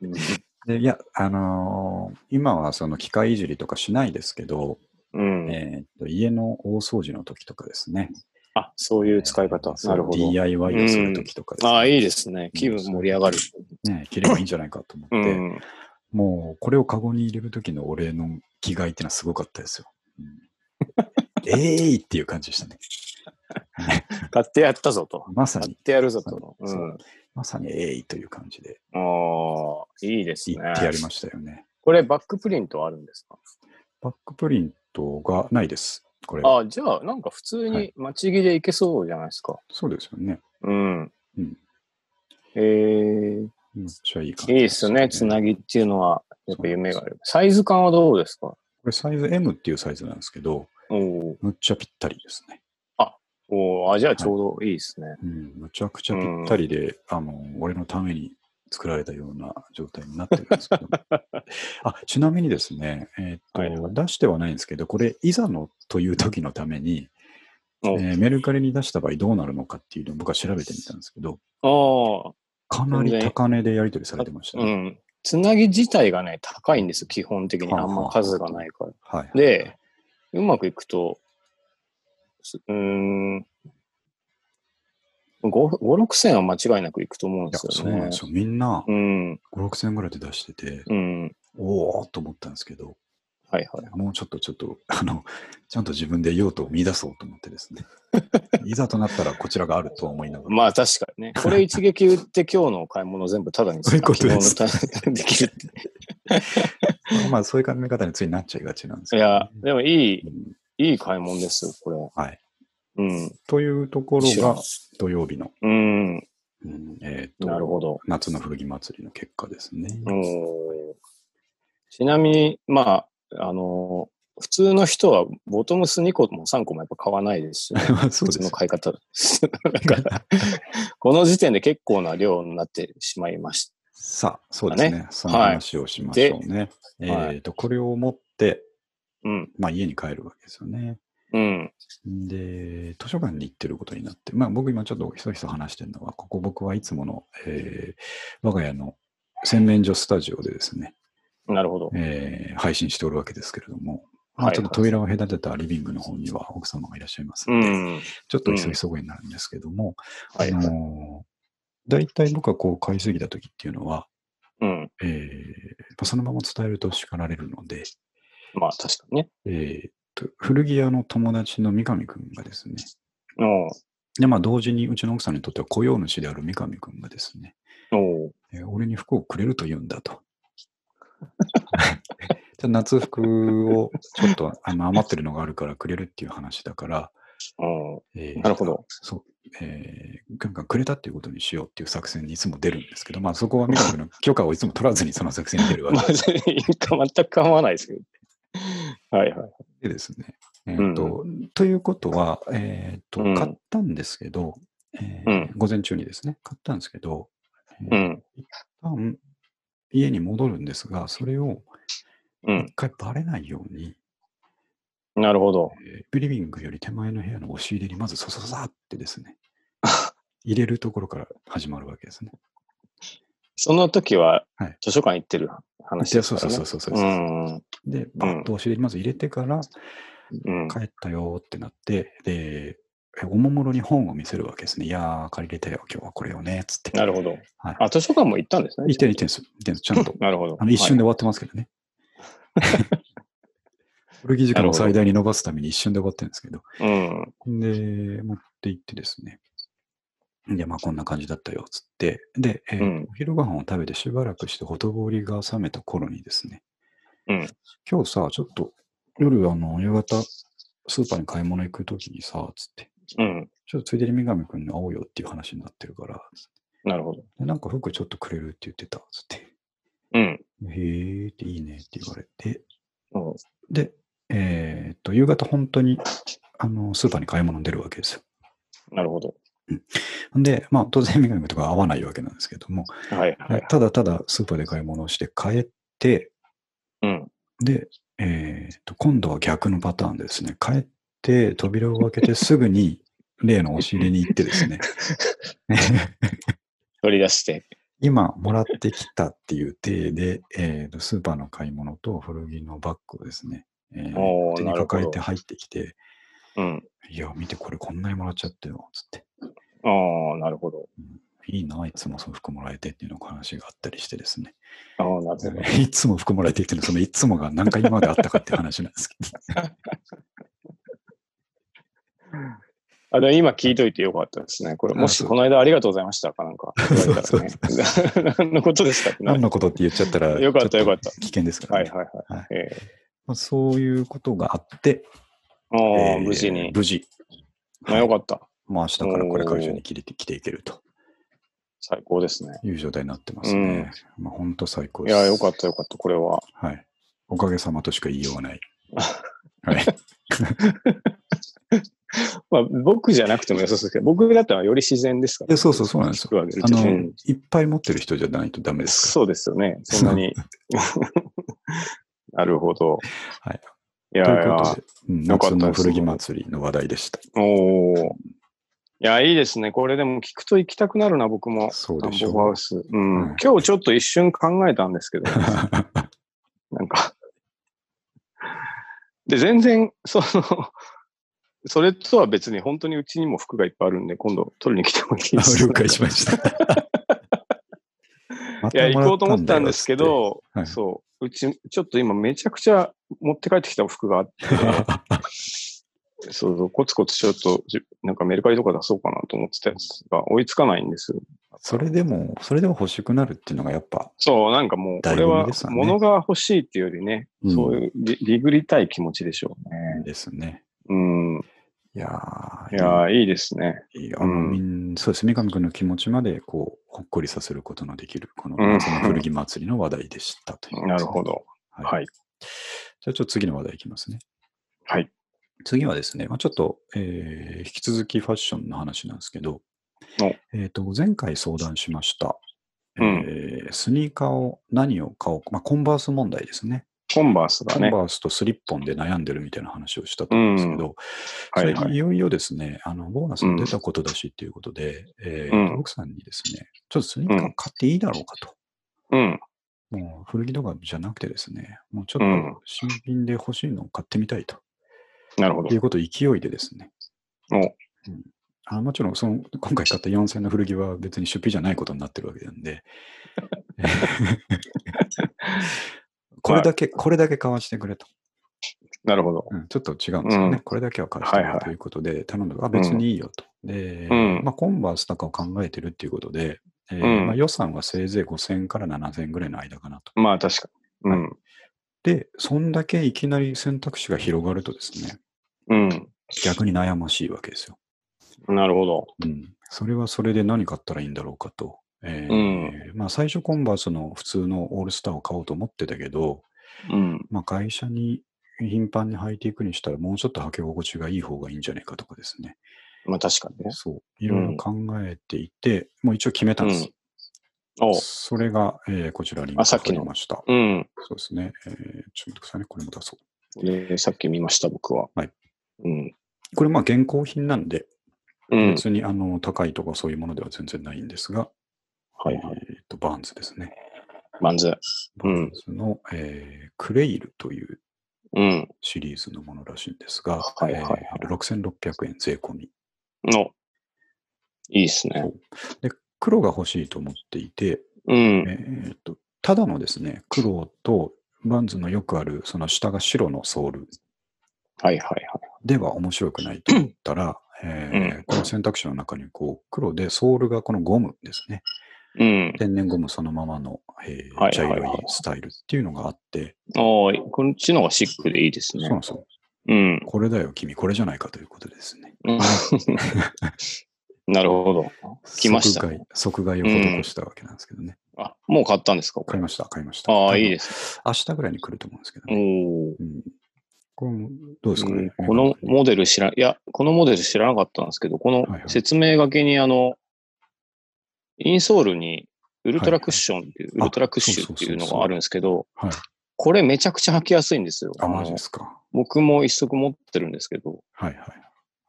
A: ね。でいや、あのー今はその機械いじりとかしないですけど、
B: うん。
A: えーっと家の大掃除の時とかですね。
B: あ、そういう使い
A: え
B: 方
A: ー。そう
B: なるほど。
A: DIY をする時とかですね。
B: ああ、いいですね。気分盛り上がる。
A: ね着ればいいんじゃないかと思って、
B: うん。
A: もうこれをカゴに入れる時のお礼の着替えってのはすごかったですよ。うん えーいっていう感じでしたね。
B: 買ってやったぞと。
A: まさ
B: 買っ
A: に、
B: てやるぞと。う
A: そ
B: ん。
A: うまさにえいという感じで
B: ああ、いいですね
A: 言。ってやりましたよね。
B: これバックプリントあるんですか
A: バックプリントがないです。これは
B: ああ、じゃあ、なんか普通
A: は
B: に待ち着でいけそうじゃないですか。
A: そうですよね。
B: うん。
A: うん。
B: えー、
A: めっちゃいい感じ、
B: いいですよね。つな
A: ぎ。
B: ぎっていうのは、やっぱ夢がある。サイズ感はどうですか
A: これサイズ M っていうサイズなんですけど、
B: おー
A: むっちゃぴったりですね。
B: おーあ、じゃあちょうどいいですね。
A: うん、むちゃくちゃぴったりで、あの、俺のために作られたような状態になってるんですけ ど。あ、ちなみにですね、えーっと、
B: はいは
A: 出してはないんですけど、これ、いざのという時のために、え
B: お
A: ーメルカリに出した場合どうなるのかっていうのを僕は調べてみたんですけど、
B: ああ、
A: かなり高値でやり取りされてました
B: う
A: ね。
B: ん。つなぎ自体がね、高いんですよ、基本的に。
A: はあ
B: あんま数がないから。
A: はい。
B: で、うまくいくと、すうーん、5、5 6千は間違いなくいくと思
A: い
B: うん
A: や
B: です
A: そ
B: よ
A: うなん
B: ね
A: で。すよ。みんな
B: うん、
A: 5、6千円ぐらいで出してて、
B: うん、
A: おおと思ったんですけど、
B: はいはい。
A: もうちょっとちょっと、 あの、ちゃんと自分で用途を見出そうと思ってです ね。いざとなったらこちらがあるとは思いながら。
B: まあ確か にね。これ一撃売って今日の買い物全部タダに
A: そういうこと
B: あ
A: です
B: 昨日のタダにできるっ
A: まあそういう考え方についなっちゃいがちなんです
B: て。
A: け
B: い
A: どね、
B: や、でもい
A: うん
B: い、いい買い物ですよ、これ。
A: はい。
B: うん。
A: というところ
B: 知らん
A: が土曜日の、
B: うん。
A: うんえー
B: なる
A: と、
B: ほど。
A: 夏の古着祭りの結果ですね。
B: おーちなみに、まあ、あのー普通の人はボトムス2個も3個もやっぱ買わないですしね、
A: そう
B: 普通
A: で
B: の
A: す。
B: 買い方。 だから、この時点で結構な量になってしまいまし
A: さあ、そうですね。その話をしましょうね。
B: ではい
A: えっと、これを持って、
B: た。うん。
A: まあ家に帰るわけですよね。
B: うん。
A: で、図書館に行ってることになって、まあ僕今ちょっとひそひそ話してるのは、ここ僕はいつもの、えー我が家の洗面所スタジオでですね、
B: なるほど。
A: えー配信しておるわけですけれども、まあ、
B: はい
A: ちょっと扉を隔てたリビングの方には奥様がいらっしゃいます
B: う
A: ので、
B: ん。
A: ちょっとひそひそ声になるんですけども、
B: はい
A: あ。のー、大体僕がこう買いすぎた時っていうのは、
B: うん。
A: えーやっぱそのまま伝えると叱られるので、
B: まあ、確かにね。
A: えーと古着屋の友達の三上くんがですね、
B: お
A: で、まあ同時にうちの奥さんにとっては雇用主である三上くんがですね、
B: ーおー
A: えー俺に服をくれると言うんだと。 じゃあ夏服をちょっとあの余ってるのがあるからくれるっていう話だから、
B: お
A: え
B: ー
A: ー
B: なるほど。
A: そう、えー、ガンガンくれたっていうことにしようっていう作戦にいつも出るんですけど、まあそこは三上君の許可をいつも取らずにその作戦に出るわ
B: まあ、
A: けで
B: 全く構わないですけど。はいはい。
A: でですね。えーとということは、えーと
B: うん
A: 買ったんですけど、えー
B: うん
A: 午前中にですね、買ったんですけど、え
B: う
A: ー
B: ん。
A: 一旦家に戻るんですが、それを
B: うん
A: 一。回バレないように、
B: なるほど。
A: えーリビングより手前の部屋の押し入れにまずそそそさってです ね、入れるところから始まるわけですね。
B: その時は
A: はい
B: 図書館行ってる話ですから、ね。
A: そうそうそうそう
B: う。
A: そうんで、バッと押し入れにまず入れてから、
B: うん。
A: 帰ったよーってなって、で、えおもむろに本を見せるわけですね。いやー、借りれたよ、今日はこれをね、つって。
B: なるほど。
A: はい。
B: あ、図書館も行ったんですね。。
A: 一点一点です。一点です。ちゃんと
B: なるほど
A: あ。の一瞬で
B: は
A: 終わってますけど ね。古着時間を最大に伸ばすために一瞬で終わってるんですけど。
B: いうん。
A: で、持って行ってですね。で、まあこんな感じだったよ、つって。で、えー
B: うん
A: お昼ご飯を食べてしばらくしてほとぼりが冷めた頃にですね。
B: うん
A: 今日さ、ちょっと夜、あの、夕方、スーパーに買い物行くときにさ、つって。
B: うん。
A: ちょっとついでに三上君に会おうよっていう話になってるから、つって
B: なるほど。
A: でなんか服ちょっとくれるって言ってた、つって。
B: うん。
A: へーっていいねって言われて、
B: うん
A: で、えーっと、夕方本当に、あの、スーパーに買い物に出るわけですよ。
B: なるほど。
A: で、まあ当然三上君とか会わないわけなんですけども、
B: はいはい。
A: ただただスーパーで買い物をして帰って、
B: うん。
A: で、えーっと、今度は逆のパターンですね。帰って、扉を開けてすぐ に、例の押し入れに行ってですね。
B: 取り出して。
A: 今もらってきたっていう体で、えーとスーパーの買い物と古着のバッグをですね、えー
B: おー
A: 手
B: な
A: に
B: るほど
A: 抱えて入ってきて、
B: うん。
A: いや、見てこれこんなにもらっちゃったよ、つって。
B: ああ、なるほど。
A: いいな、いつもその服もらえてっていうの話があったりしてですね。
B: ああ、なるほど。
A: いつも服もらえてっていうのは、そのいつもが何回今まであったかって話なん ですけど。
B: あ、でも今聞いといてよかったですね。これ、
A: あ
B: もし
A: そう
B: この間ありがとうございましたかなんか言われたらね
A: そう。
B: 何のことでしたっけ
A: 何のことって言っちゃったら、
B: よかったよかった
A: ちょと危険ですから
B: はい
A: ね。
B: はい
A: は
B: はいい。ええ
A: まあ、そういうことがあって、
B: ああ、
A: えー
B: 無事に。
A: 無事。
B: まあよかった。
A: まあ、明日からこれ会場に切れて来ていけると。
B: 最高ですね。
A: いう状態になってますね。まあ、本当最高
B: い
A: です。
B: や、よかったよかった。これは。
A: はい。おかげさまとしか言いようが ない。はい。
B: まあ、僕じゃなくても良さそうですけど、僕だったらより自然ですか
A: いや
B: ら。
A: そうそうそうなんですよ
B: 聞くわけで
A: あの、
B: うん
A: いっぱい持ってる人じゃないとダメです
B: そうですよね。そんなに。 なるほど。
A: から。はい。
B: いや
A: と
B: い
A: いうこと
B: や
A: で、うん
B: よかっ
A: 夏
B: たです
A: の古着祭りの話題でした。
B: おお。いや、いいですね。これでも聞くと行きたくなるな、僕も。
A: そう
B: ダ
A: で
B: ン
A: し
B: ボハ
A: ょう
B: ウ。ス。うん。
A: はい
B: 今日ちょっと一瞬考えたんで すけど、
A: は
B: なんか。で、全然、その、それとは別に本当にうちにも服がいっぱいあるんで、今度取りに来てもいいです
A: い了解しま した。ま
B: い
A: た
B: や、
A: も
B: 行
A: ら
B: こうと思ったんですけ
A: だよ
B: ど、
A: はい
B: そう、うち、ちょっと今めちゃくちゃ持って帰ってきた服があ って、そうそう、コツコツちょっとじ、なんかメルカリとか出そうかなと思ってたやつが追いつかないんですよ。
A: それでも、それでも欲しくなるっていうのがやっぱ、
B: そう、なんかもう、これ
A: 醍醐味
B: は
A: ですわね
B: 物が欲しいっていうよりね、
A: うん
B: そういうディ、ディグリたい気持ちでしょうね。
A: ですね。
B: うん。い
A: いやー
B: やー、いいですね。
A: いいあの、
B: うん
A: みんそうですね、三上君の気持ちまで、こう、ほっこりさせることのできる、この
B: うん
A: 夏の古着祭りの話題でしたということですね、
B: なるほど。
A: はい。
B: はい。
A: じゃあ、ちょっと次の話題いきますね。
B: はい。
A: 次はですね、まあ、ちょっと、えー引き続きファッションの話なんですけど
B: お、
A: えっと前回相談しました、
B: うん
A: えースニーカーを何を買おうか、まあ、コンバース問題ですね。
B: コンバース
A: コ
B: だ
A: ン
B: ね。
A: バースとスリッポンで悩んでるみたいな話をしたと思うんですけど、
B: は
A: 最
B: い
A: 近
B: はいい。
A: よいよですね、あのボーナスも出たことだしということで、えー
B: うん
A: 奥さんにですね、ちょっとスニーカー買っていいだろうかと。
B: うん。
A: もう古着とかじゃなくてですね、もうちょ
B: う
A: っ
B: ん
A: と新品で欲しいのを買ってみたいと
B: なるほど
A: い。うことを勢いでですね。
B: お
A: うんあもちろんその、今回買った4000の古着は別に出費じゃないことになってるわけなん で、これだけ、これだけ買わしてくれと。
B: なるほど。
A: うんちょっと違うんですよね。
B: うん
A: これだけは返してく
B: はい
A: れ
B: はい
A: ということで、頼んだら、あ、別にいいよと。で、
B: うん
A: まあ、コンバースとかを考えてるっていうことで、えー
B: うん
A: まあ、予算はせいぜい5000から7000ぐらいの間かなと。
B: まあ、確かに。うん。
A: で、そんだけいきなり選択肢が広がるとですね、
B: うん。
A: 逆に悩ましいわけですよ。
B: なるほど。
A: うん。それはそれで何買ったらいいんだろうかと。えーまあ、最初コンバースの普通のオールスターを買おうと思ってたけど、
B: うん。
A: まあ、会社に頻繁に履いていくにしたら、もうちょっと履き心地がいい方がいいんじゃないかとかですね。
B: まあ確かにね。
A: そう。いろいろ考えていて、もう一応決めたんです。
B: おう
A: それが、えーこちらにンク
B: あさっき
A: 貼
B: の
A: りました。
B: うん。
A: そうですね。えーちょっと待ってくださいね。これも出そう。
B: で、さっき見ました、僕は。
A: はい。
B: うん。
A: これ、まあ、現行品なんで、
B: うん。
A: 別にあの高いとかそういうものでは全然ないんですが、
B: はい
A: え
B: はい。
A: ーとバーンズですね。
B: バンズ。
A: バ
B: う
A: ーン
B: ん。
A: ズの、えークレイルという
B: うん。
A: シリーズのものらしいんですが、
B: はいはいはい
A: えー6600円税込み。
B: の。いいっすね。
A: で黒が欲しいと思っていて、
B: うん。
A: えーとただのですね、黒とバーンズのよくあるその下が白のソール
B: はいはいはい。
A: では面白くないと思った ら、えー
B: うん
A: この選択肢の中にこう黒でソールがこのゴムですね。
B: うん。
A: 天然ゴムそのままの、えー
B: はい
A: 茶
B: はいはい
A: 色いスタイルっていうのがあって、
B: おーこっちの方がシックでいいです
A: そう
B: ね
A: なん。ですよ。
B: うん。
A: これだよ、君、これじゃないかということですね。
B: なるほど。来ました
A: 即買い、即買いを施したわけなんですけどね。
B: あ、もう買ったんですかこ
A: 買い
B: れ。
A: ました、買いました。。
B: ああ、いいですす。
A: 明日ぐらいに来ると思うんですけど
B: お
A: ね。
B: お。
A: うん、これも、どうですかね。
B: うんこのモデル知ら、いや、このモデル知らなかったんですけど、この
A: はいはい
B: 説明書きにあの、インソールにウルトラクッションっていう、
A: はいはい
B: ウルトラクッシュっていうのがあるんですけど、
A: はい。
B: これめちゃくちゃ履きやすいんですよ。
A: あ、マジ
B: の
A: ですか。
B: 僕も一足持ってるんですけど、
A: はいはい。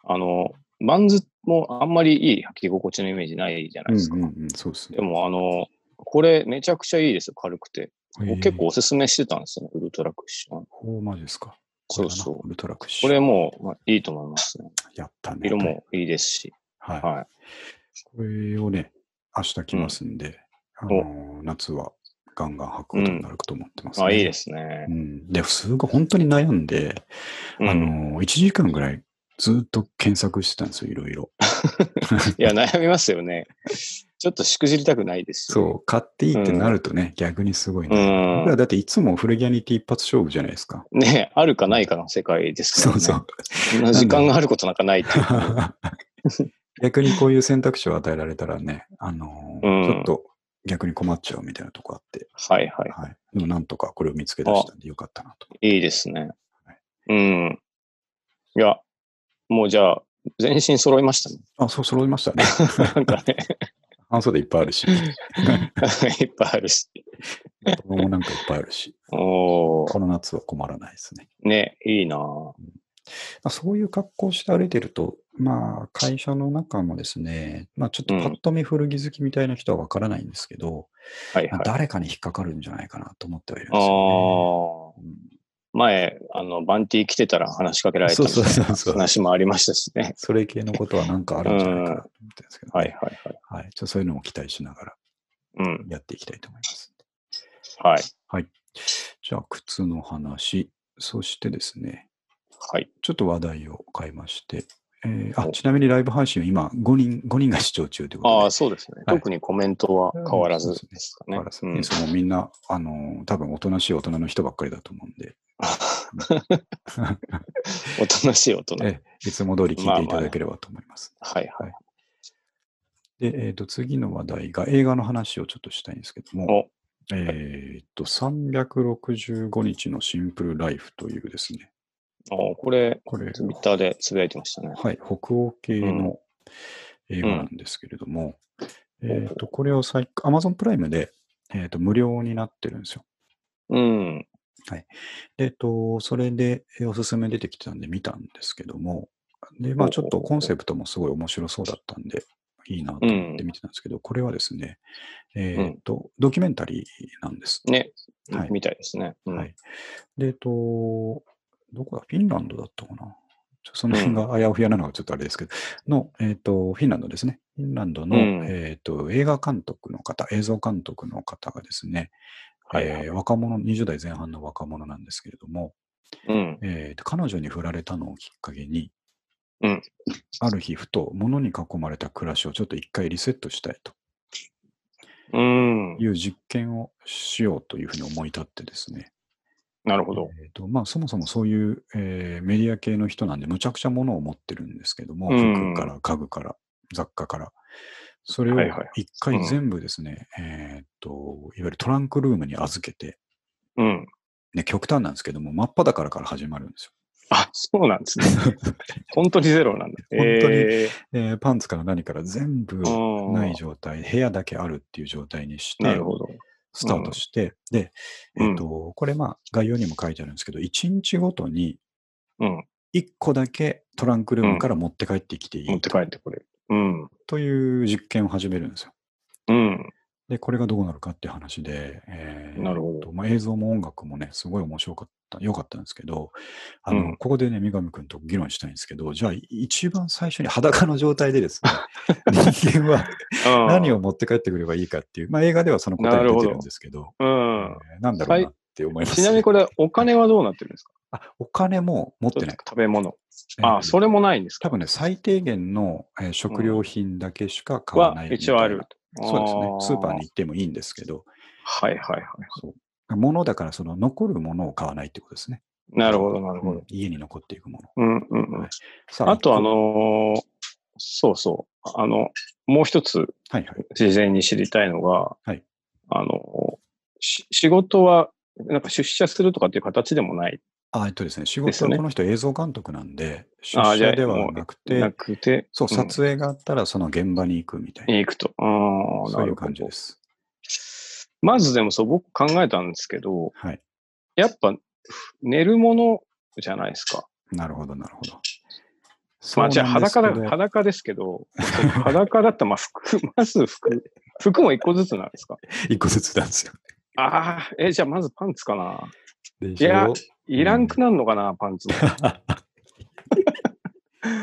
B: あの、バンズもあんまりいい履き心地のイメージないじゃな
A: う
B: い
A: ん
B: ですか。
A: うんうん、そうですね
B: で。も、あの、これめちゃくちゃいいですよ、軽くて。
A: えー
B: 結構。おすすめしてたんですよね、ウルトラクッション。
A: おーマジですか。こ
B: そ
A: れ
B: う
A: かな
B: そう。
A: ウルトラクッシ
B: こ
A: ュ。
B: れもう、まあ、いいと思いますね。
A: やったね。
B: 色もいいですし。
A: はい。
B: は
A: これをね、明日来ますんで、あ
B: お
A: のー夏はガンガン履くことになると思ってます、
B: い。あ、いいですね
A: う。ん、で、すごい本当に悩んで、
B: うん
A: あのー、1時間ぐらいずっと検索してたんですよ、いろいろ。
B: いや、悩みますよね。ちょっとしくじりたくないですし。
A: そう、買っていいってなるとね、逆にすごいな。
B: うん
A: 僕らだっていつもフレギャニティ一発勝負じゃないですか。
B: ねあるかないかの世界ですか
A: そ
B: ら
A: う
B: ね。
A: そう。
B: そんな時間があることなんかないっていう
A: 逆にこういう選択肢を与えられたらね、あのー
B: うん
A: ちょっと逆に困っちゃうみたいなとこあって、
B: はいは
A: はい。でもなんとかこれを見つけ出したんでよかったなと。
B: い。いいですね。うん。いや、もうじゃあ、全身揃いましたね。
A: あ、そう、揃いま したね。
B: なんかね、
A: 半袖いっぱいあるし、
B: いっぱいあるし。
A: 子供もなんかいっぱいあるし、
B: おー
A: この夏は困らないですね。
B: ね、いいなぁ
A: まあ、そういう格好をして歩いてると、まあ、会社の中もですね、まあ、ちょっとパッと見古着好きみたいな人はわからないんですけど、
B: はい
A: ま
B: は
A: あ
B: い。
A: 誰かに引っかかるんじゃないかなと思ってはいるん
B: あ
A: ですよ、
B: あ。
A: ね。
B: 前、あの、バンティー来てたら話しかけられた
A: そう
B: みた
A: そうそ
B: い
A: う
B: な
A: そう。
B: 話もありましたしね。
A: それ系のことはなんかあるんじゃないかなと思ってるんですけど、
B: は
A: ね
B: いはいはい。
A: はい。ちょっとそういうのも期待しながら
B: うん。
A: やっていきたいと思います。
B: はい。
A: じゃあ、靴の話、そしてですね、
B: はい。
A: ちょっと話題を変えまして、えーあ
B: お
A: ちなみにライブ配信は今5人、5人が視聴中ということで。
B: ああ、そうですね。
A: はい
B: 特にコメントは変わらずですか
A: だ
B: ね
A: から。さ
B: う
A: ね
B: ん、
A: そのみんな、あのー多分おとなしい大人の人ばっかりだと思うんで、
B: おとなしい大人。はい
A: えいつも通り聞いていただければと思います。
B: はい。
A: で、えっ、と、次の話題が映画の話をちょっとしたいんですけども、
B: お、
A: えっ、と、365日のシンプルライフというですね、
B: おこれ、
A: これ、
B: ツイッターでつぶやいてましたね。
A: はい、北欧系の映画なんですけれども、
B: ん
A: えっ、と、これを最、Amazon プライムで、えっ、と、無料になってるんですよ。
B: うん。
A: えっと、それでえおすすめ出てきてたんで見たんですけども、で、まあちょっとコンセプトもすごい面白そうだったんで、いいなと思って見てたんですけど、これはですね、えっと、ドキュメンタリーなんです。
B: ね。
A: はい
B: みたいですね。うん
A: はい。で、えっと、どこだフィンランドだったかなちょその辺があやふやなのがちょっとあれですけど、の、えっと、フィンランドですね。フィンランドの、
B: うん
A: えっと、映画監督の方、映像監督の方がですね、
B: はいはい
A: えー若者、20代前半の若者なんですけれども、
B: うん。
A: えーと彼女に振られたのをきっかけに、
B: うん
A: ある日ふと物に囲まれた暮らしをちょっと一回リセットしたいと
B: うん。
A: いう実験をしようというふうに思い立ってですね、
B: なるほど。
A: えーとまあ、そもそもそういう、えーメディア系の人なんでむちゃくちゃ物を持ってるんですけども、
B: う
A: 服
B: ん
A: から家具から雑貨からそれを
B: はいはい
A: 一
B: う
A: 回
B: ん
A: 全部ですね、えーといわゆるトランクルームに預けて
B: うん。
A: ね、極端なんですけども、真っ裸からから始まるんですよ。
B: あ、そうなん ですね。本当にゼロなんだ。
A: 本当に
B: え
A: えーパンツから何から全部
B: ー
A: ない状態、部屋だけあるっていう状態にし
B: な
A: て
B: る、ほど。
A: スタートして、で、えっ、と、これまあ概要にも書いてあるんですけど、1日ごとに
B: うん。
A: 1個だけトランクルームから持って帰ってきてい
B: 持っ
A: い
B: て帰ってこれる。うん。
A: という実験を始めるんですよ。
B: うん。
A: で、これがどうなるかっていう話で、えー
B: なるほど
A: とまあ、映像も音楽もね、すごい面白かった、良かったんですけど、あの、
B: うん
A: ここでね、三上くんと議論したいんですけど、じゃあ、い一番最初に裸の状態でです ね、人間は何
B: 何
A: を持って帰ってくればいいかっていう、まあ、映画ではその答えが出てるんですけど、
B: うん。
A: えーなんだろうなって思います、
B: ちなみにこれ、お金はどうなってるんですか
A: あ、お金も持ってない。
B: 食べ物。
A: えー
B: あ、それもないんです
A: 多
B: か
A: 分ね、最低限の、えー食料品だけしか買わないみたい
B: 一応
A: な
B: ある。
A: そうですね。スーパー
B: あ
A: に行ってもいいんですけど、
B: はいはいはい。
A: そう物だからその残るものを買わないってことですね。
B: なるほど、なるほ
A: うん
B: ど。
A: 家に残っていくもの。
B: うんうんうん
A: はい。さ
B: あと、あ、
A: 一
B: のーそうそう。あの、もう一つ、
A: 個はいはい。
B: 事前に知りたいのが、
A: はい
B: あの、し仕事は、なんか出社するとかっていう形でもない。
A: あえっとですね、仕
B: です
A: 事
B: よ
A: は
B: ね
A: この人映像監督なんで、出
B: あじゃあ
A: 社ではなく
B: な
A: て、
B: くて、
A: そう、
B: ん
A: 撮影があったらその現場に行くみたいな、
B: に行くと。ああ、
A: そ
B: な
A: うい
B: る
A: う
B: ほ
A: 感じ
B: ど
A: で。す。
B: まずでもそう、僕考えたんですけど、
A: はい。
B: やっぱ寝るものじゃないですか。
A: なるほど、なるほど。
B: まあ、じゃあ
A: そうなんですけ
B: 裸
A: ど
B: だ、裸ですけ ど、裸だったら、まあ、服、 まず服、服も一個ずつなんですか。
A: 一個ずつなんですよ。
B: ああ、え、じゃあまずパンツかな。
A: で
B: いやいらんくなるのかな、パンツも。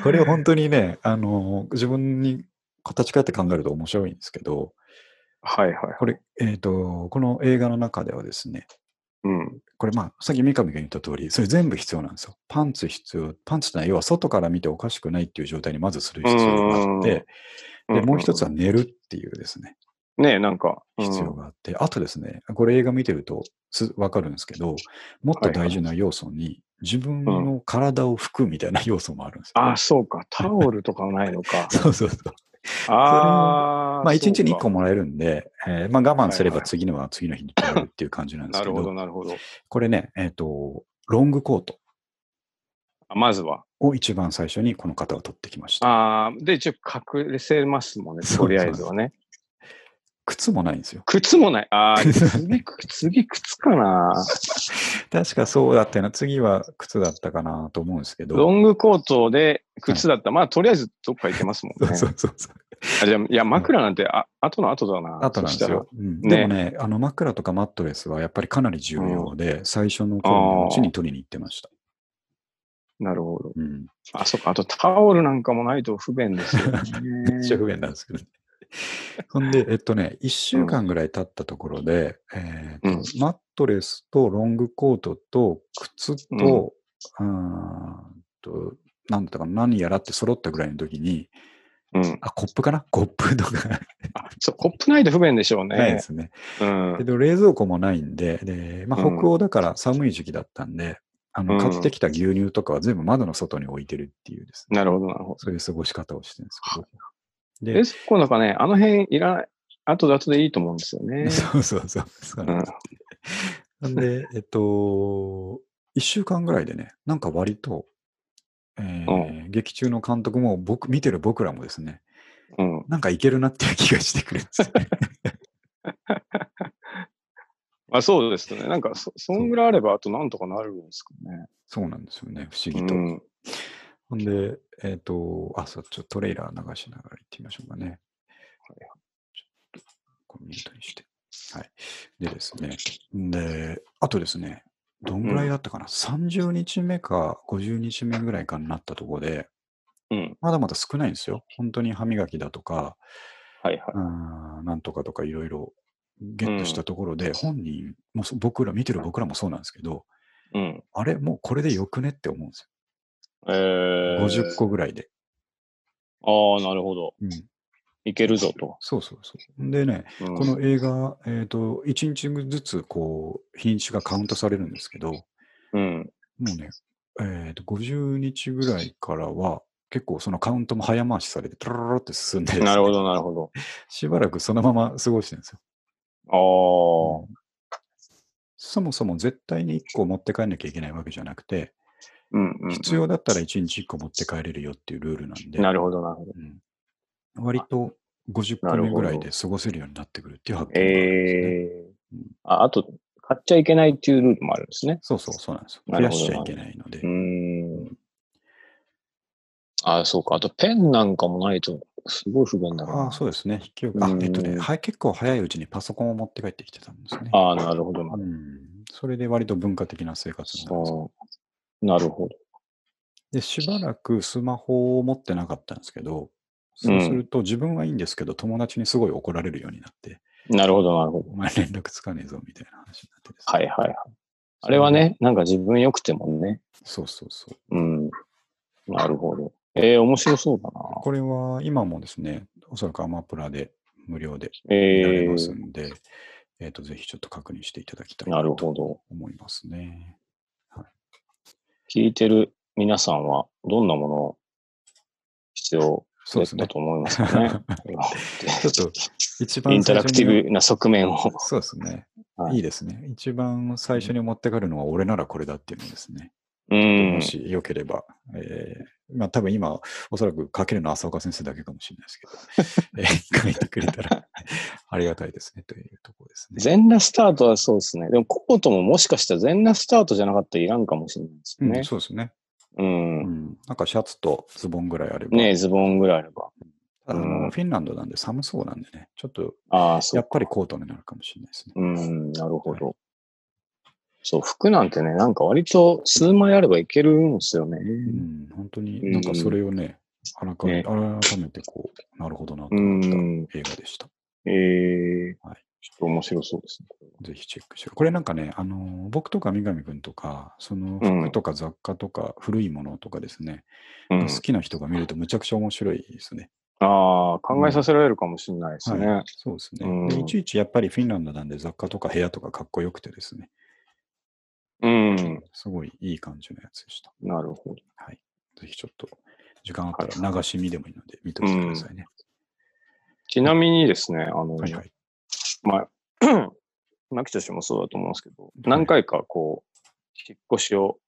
A: これ本当にね、あの、自分に形変えて考えると面白いんですけど、
B: はいはい。
A: これ、えっ、と、この映画の中ではですね、
B: うん。
A: これまあ、さっき三上が言った通り、それ全部必要なんですよ。パンツ必要、パンツってのは要は外から見ておかしくないっていう状態にまずする必要があって、で、もう一つは寝るっていうですね、
B: ねえ、なんか。うん
A: 必要があって、あとですね、これ映画見てるとすわかるんですけど、もっと大事な要素に、自分の体を拭くみたいな要素もあるんですよ。。
B: ああ、そうか。タオルとかないのか
A: そうそう そう。
B: ああ。
A: まあ、1
B: そうか
A: 日に1個もらえるんで、えーまあ、我慢すれ
B: はい
A: ば
B: はい
A: 次のは次の日に取れるっていう感じなんです
B: な
A: け
B: る
A: ど、
B: ほど、なるほど。
A: これね、えっ、と、ロングコート
B: あまずは。
A: を一番最初にこの方は取ってきました。
B: ああ、で、一応隠せますもんね、
A: そう
B: とりあえずはね。
A: 靴もないんですよ。
B: 靴もない。ああ、 次、次、靴かな。
A: 確かそうだったよな。次は靴だったかなと思うんですけ
B: ロ
A: ど。
B: ングコートで靴だったら、まあ、とりあえずどっか行けますもん
A: そう
B: ね。
A: そうそうそう。
B: あじゃあ、いや、枕なんて、あ後の後だな。
A: あとなんです
B: そしたら
A: よ。。うん
B: ね
A: でもね、あの枕とかマットレスはやっぱりかなり重要で、最初の頃のうちに取りに行ってました。
B: なるほど。
A: うん。
B: あ、そっか。あと、タオルなんかもないと不便ですよね。
A: めっちゃ不便なんですけど、ね。ほんで、えっとね、1週間ぐらい経ったところで、えーとマットレスとロングコートと靴と、うーんと、なんだったかな、何やらって揃ったぐらいの時に、
B: うん。
A: あ、コップかなコップとか
B: あ、そう、コップないと不便でしょう
A: ないで
B: ね。
A: すね。
B: うん
A: で。で冷蔵庫もないんで、でまあ、
B: うん
A: 北欧だから寒い時期だったんで、あ
B: う
A: の
B: ん
A: 買ってきた牛乳とかは全部窓の外に置いてるっていうですね、
B: なるほど、なるほど。
A: そういう過ごし方をしてるんですけど。で
B: 冷蔵庫なんかね、あの辺いらない、後だとでいいと思うんですよ ね。
A: そうそうそう。そうなんですなん で、えっと、1週間ぐらいでね、なんか割と、えー劇中の監督も僕、見てる僕らもですね、
B: うん。
A: なんかいけるなっていう気がしてくるんですよ ね。
B: あそうですね。なんかそ、そんぐらいあれば、あとなんとかなるんですかね。
A: そうなんですよね、不思
B: う
A: 議と。
B: ん。
A: ほんで、えっ、と、あ、そう、ちょっとトレーラー流しながら行ってみましょうかね。ちょっと、これミュートにして。はい。でですね、で、あとですね、どんぐらいだったかな、30日目か50日目ぐらいかになったところで、
B: うん。
A: まだまだ少ないんですよ。本当に歯磨きだとか、
B: はいは
A: うんなんとかとかいろいろゲットしたところで、本人もそう僕ら、見てる僕らもそうなんですけど、
B: い。うん。
A: あれ、もうこれでよくねって思うんです
B: え
A: よ。
B: ー、
A: 50個ぐらいで。
B: ああ、なるほど。
A: うん、
B: いけるぞと。
A: そうそうそう。でね、
B: うん
A: この映画、えっと1日ずつこう日にちがカウントされるんですけど、も
B: うん。
A: うね、えー、と50日ぐらいからは、結構そのカウントも早回しされて、トロロロって進んでですね、
B: なるほど、なるほど。
A: しばらくそのまま過ごしてるんですよ。
B: ああ、
A: そもそも絶対に1個持って帰んなきゃいけないわけじゃなくて、
B: うんうんうん、
A: 必要だったら1日1個持って帰れるよっていうルールなんで、
B: なるほど、なるほど。
A: うん割と50個
B: なる
A: 目
B: ほど
A: ぐらいで過ごせるようになってくるっていう発見があるんですね。
B: ええあ。あと、買っちゃいけないっていうルールもあるんですね。
A: そうそう、そうなんですよ。増
B: なる
A: や
B: ほど
A: しちゃいけないので
B: う。ーん。あそうか。あと、ペンなんかもないと、すごい不便だ
A: あ
B: な
A: あ、。そうですね。引き受けあ
B: う、ん
A: えっとね、はい、結構早いうちにパソコンを持って帰ってきてたんですね。
B: ああ、なるほどな。
A: うん、それで割と文化的な生活になるんです
B: そう。なるほど。
A: で、しばらくスマホを持ってなかったんですけど、そうすると自分はいいんですけど、友達にすごい怒られるようになって、
B: なるほど、なるほど。
A: お前連絡つかねえぞみたいな話になってですね
B: はいはいはい。あれはね、なんか自分良くてもね。
A: そうそうそう。
B: うん。なるほど。ええ面白そうだ
A: これは今もですね、おそらくアマプラで無料で
B: な。
A: 見ら
B: ええ
A: れますんで、えっ、と、ぜひちょっと確認していただきたい
B: なる
A: と
B: ほど。
A: 思いますね。
B: 聞いてる皆さんは、どんなものを必要
A: そうです
B: だ
A: ね。
B: と思います かね。
A: ちょっと一
B: イ
A: 番
B: ンタ
A: 最
B: ラク
A: 初
B: テ
A: に
B: ィブな側面を。
A: そうですね。
B: はい
A: いいですね。一番最初に持ってかるのは俺ならこれだっていうのですね。
B: う
A: も
B: ん。
A: しよければ。えーまあ多分今、おそらく書けるのは浅岡先生だけかもしれないです けど、えー書いてくれたらありがたいですねというところですね。
B: 全裸スタートはそうですね。でもコートももしかしたら全裸スタートじゃなかったらいらんかもしれないです
A: うん
B: ね。
A: そうですね、
B: うん。
A: うん。なんかシャツとズボンぐらいあれば。
B: ねズボンぐらいあれば。
A: ただあ
B: う
A: の
B: ん
A: フィンランドなんで寒そうなんでね、ちょっと
B: ああ、そ
A: や
B: う
A: っ。ぱりコートになるかもしれないですね。
B: うん、なるほど。そう、服なんてね、なんか割と数枚あればいけるんですよね。
A: うん、本当になんかそれをね、改め
B: ね
A: 改めてこう、なるほどなと
B: う
A: 思った
B: ん。
A: 映画でした。
B: ええ
A: はい
B: ちょっと面白そうですね。
A: ぜひチェックして。これなんかね、あのー僕とか三上くんとか、その
B: うん
A: 服とか雑貨とか古いものとかですね、
B: うん。
A: 好きな人が見るとむちゃくちゃ面白いですね。
B: ああ、考えさせられるかもしれないですね。
A: はい、そうですね、
B: うん
A: で。いちいちやっぱりフィンランドなんで雑貨とか部屋とかかっこよくてですね、
B: うん。
A: すごいいい感じのやつでした。
B: なるほど。
A: はい。ぜひちょっと、時間あったら流し見でもいいので見ておいてくださいね。
B: ちなみにですね、あの、
A: はいはい。
B: まあ、 牧田氏もそうだと思うんですけど、何回かこう、引っ越しを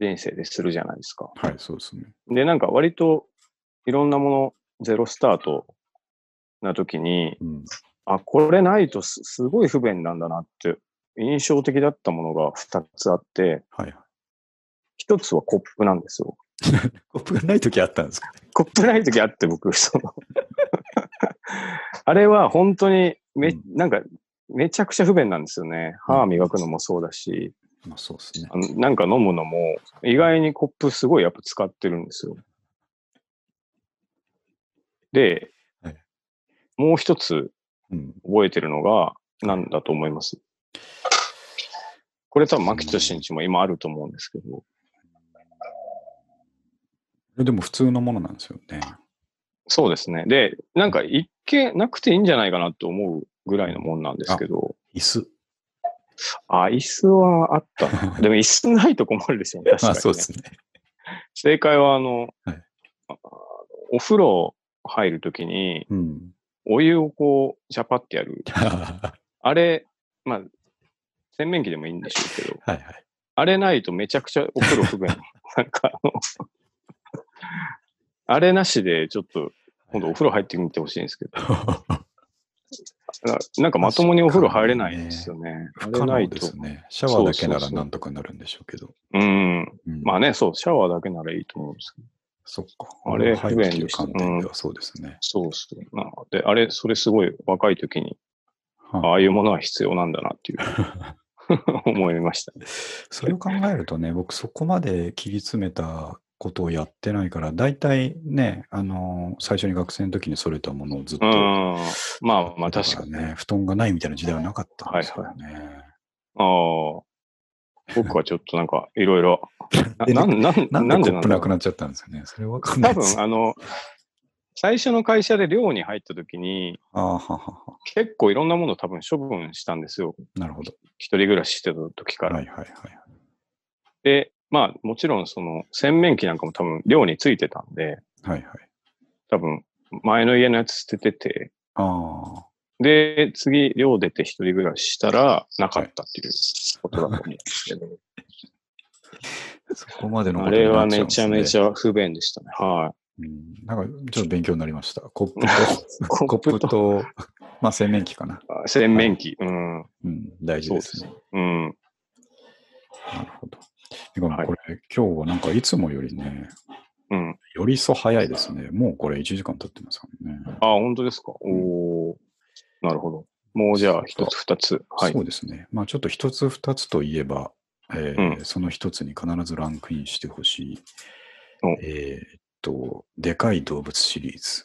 B: 人生でするじゃないですか。
A: はい、そうですね。
B: で、なんか割といろんなもの、ゼロスタートな時に、
A: うん。
B: あ、これないとすすごい不便なんだなって、印象的だったものが2つあって、
A: はいはい。
B: 1つはコップなんですよ。
A: コップがない時あったんですかね。
B: コップない時あって僕、その あれは本当にめ、
A: うん
B: なんか、めちゃくちゃ不便なんですよね。歯磨くのもそうだし、
A: まあそうですね
B: あ。のなんか飲むのも、意外にコップすごいやっぱ使ってるんですよ。で、
A: はい
B: もう一つ
A: うん。
B: 覚えてるのが何だと思いますこれ多分、牧田新地も今あると思うんですけど、
A: でも普通のものなんですよね。
B: そうですね。で、なんか一見なくていいんじゃないかなと思うぐらいのもんなんですけど、
A: 椅子。
B: あ、椅子はあったな。でも椅子ないと困るですよね。確か
A: ま
B: に、ね。
A: あそうですね。
B: 正解は、あの、
A: はい
B: あお風呂入るときに、
A: うん。
B: お湯をこう、ジャパってやる。
A: は
B: あれ、まあ、洗面器でもいいんでしょうけど、
A: いはい。
B: あれないとめちゃくちゃお風呂 不便。なんかあの、あれなしでちょっと、今度お風呂入ってみてほしいんですけど、ななんかまともにお風呂入れないんですよね。あ
A: 不
B: れ
A: 可
B: な
A: 能
B: い
A: で
B: と
A: す。ね。シャワーだけな
B: そ
A: ら
B: うそうそう
A: なんとかなるんでしょうけど。
B: うん。
A: うん
B: まあね、そう、シャワーだけならいいと思うんですけど。
A: そっか。
B: あれ
A: 入
B: 不
A: る
B: 便
A: っていう
B: でした
A: 観点ではそうですね。
B: そうそう。なので、あれ、それすごい若い時に、
A: はい
B: ああいうものは必要なんだなっ ていう思いました。
A: それを考えるとね、僕そこまで切り詰めたことをやってないから、大体ね、あの最初に学生の時にそれたものをずっ
B: う
A: と。
B: ん。まあまあ、確かに
A: だらね。布団がないみたいな時代はなかったんですよね。
B: ああ。僕はちょっとなんか、いろいろ、な
A: で
B: なんなん
A: な
B: なん
A: ん
B: で
A: でコッ
B: なんだ
A: プ
B: ろ
A: な
B: う
A: くなっちゃったんですよね。それわかんな
B: 多
A: いです。
B: 分、あの、最初の会社で寮に入った時に、
A: ああははは。
B: 結構いろんなものを多分処分したんですよ。
A: なるほど。
B: 一人暮らししてた時から。
A: はいはいはい。
B: で、まあ、もちろんその洗面器なんかも多分寮についてたんで、
A: はいはい。
B: 多分前の家のやつ捨ててて、
A: ああ。
B: で、次、寮出て一人暮らししたら、なかったっていうことだと思うんですけど、
A: そこまでのこ
B: あ
A: とに
B: れ
A: な
B: は
A: っちゃうん
B: め
A: です
B: ち
A: ね
B: ゃめちゃ不便でしたね。はい。
A: うん、なんかちょっと勉強になりました。コップと、コ
B: コッ
A: ップ
B: プと
A: と、まあ洗面器かな。
B: あ洗面器。うん。
A: うん、大事ですね。
B: うん。
A: なるほど。てかもう
B: はい
A: これ、今日はなんかいつもよりね、
B: うん。
A: より一層早いですね。もうこれ1時間経ってますからね。
B: あ、本当ですか。おお。なるほど。もうじゃあ、一つ二つ。はい
A: そ。うですね。まあちょっと一つ二つといえば、えーその一つに必ずランクインしてほしい
B: お、
A: えーっと、でかい動物シリー ズ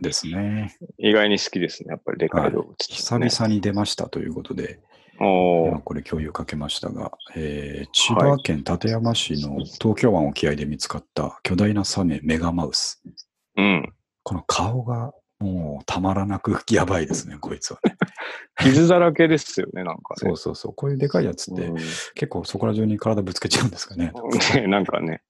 A: ですね。
B: 意外に好きですね。やっぱりでかい動物って
A: 久
B: ね、
A: 々に出ましたということで、
B: お
A: 今
B: お。
A: これ共有かけましたが、えー千葉県館山市の東京湾沖合で見つかった巨大なサメメガマウス。
B: うん。
A: この顔がもうたまらなくやばい ですね、こいつはね。
B: 傷だらけですよね、なんか
A: そ
B: ね
A: う。そうそう。こういうでかいやつって、
B: うん
A: 結構そこら中に体ぶつけちゃうんですかね。
B: ね、なんかね。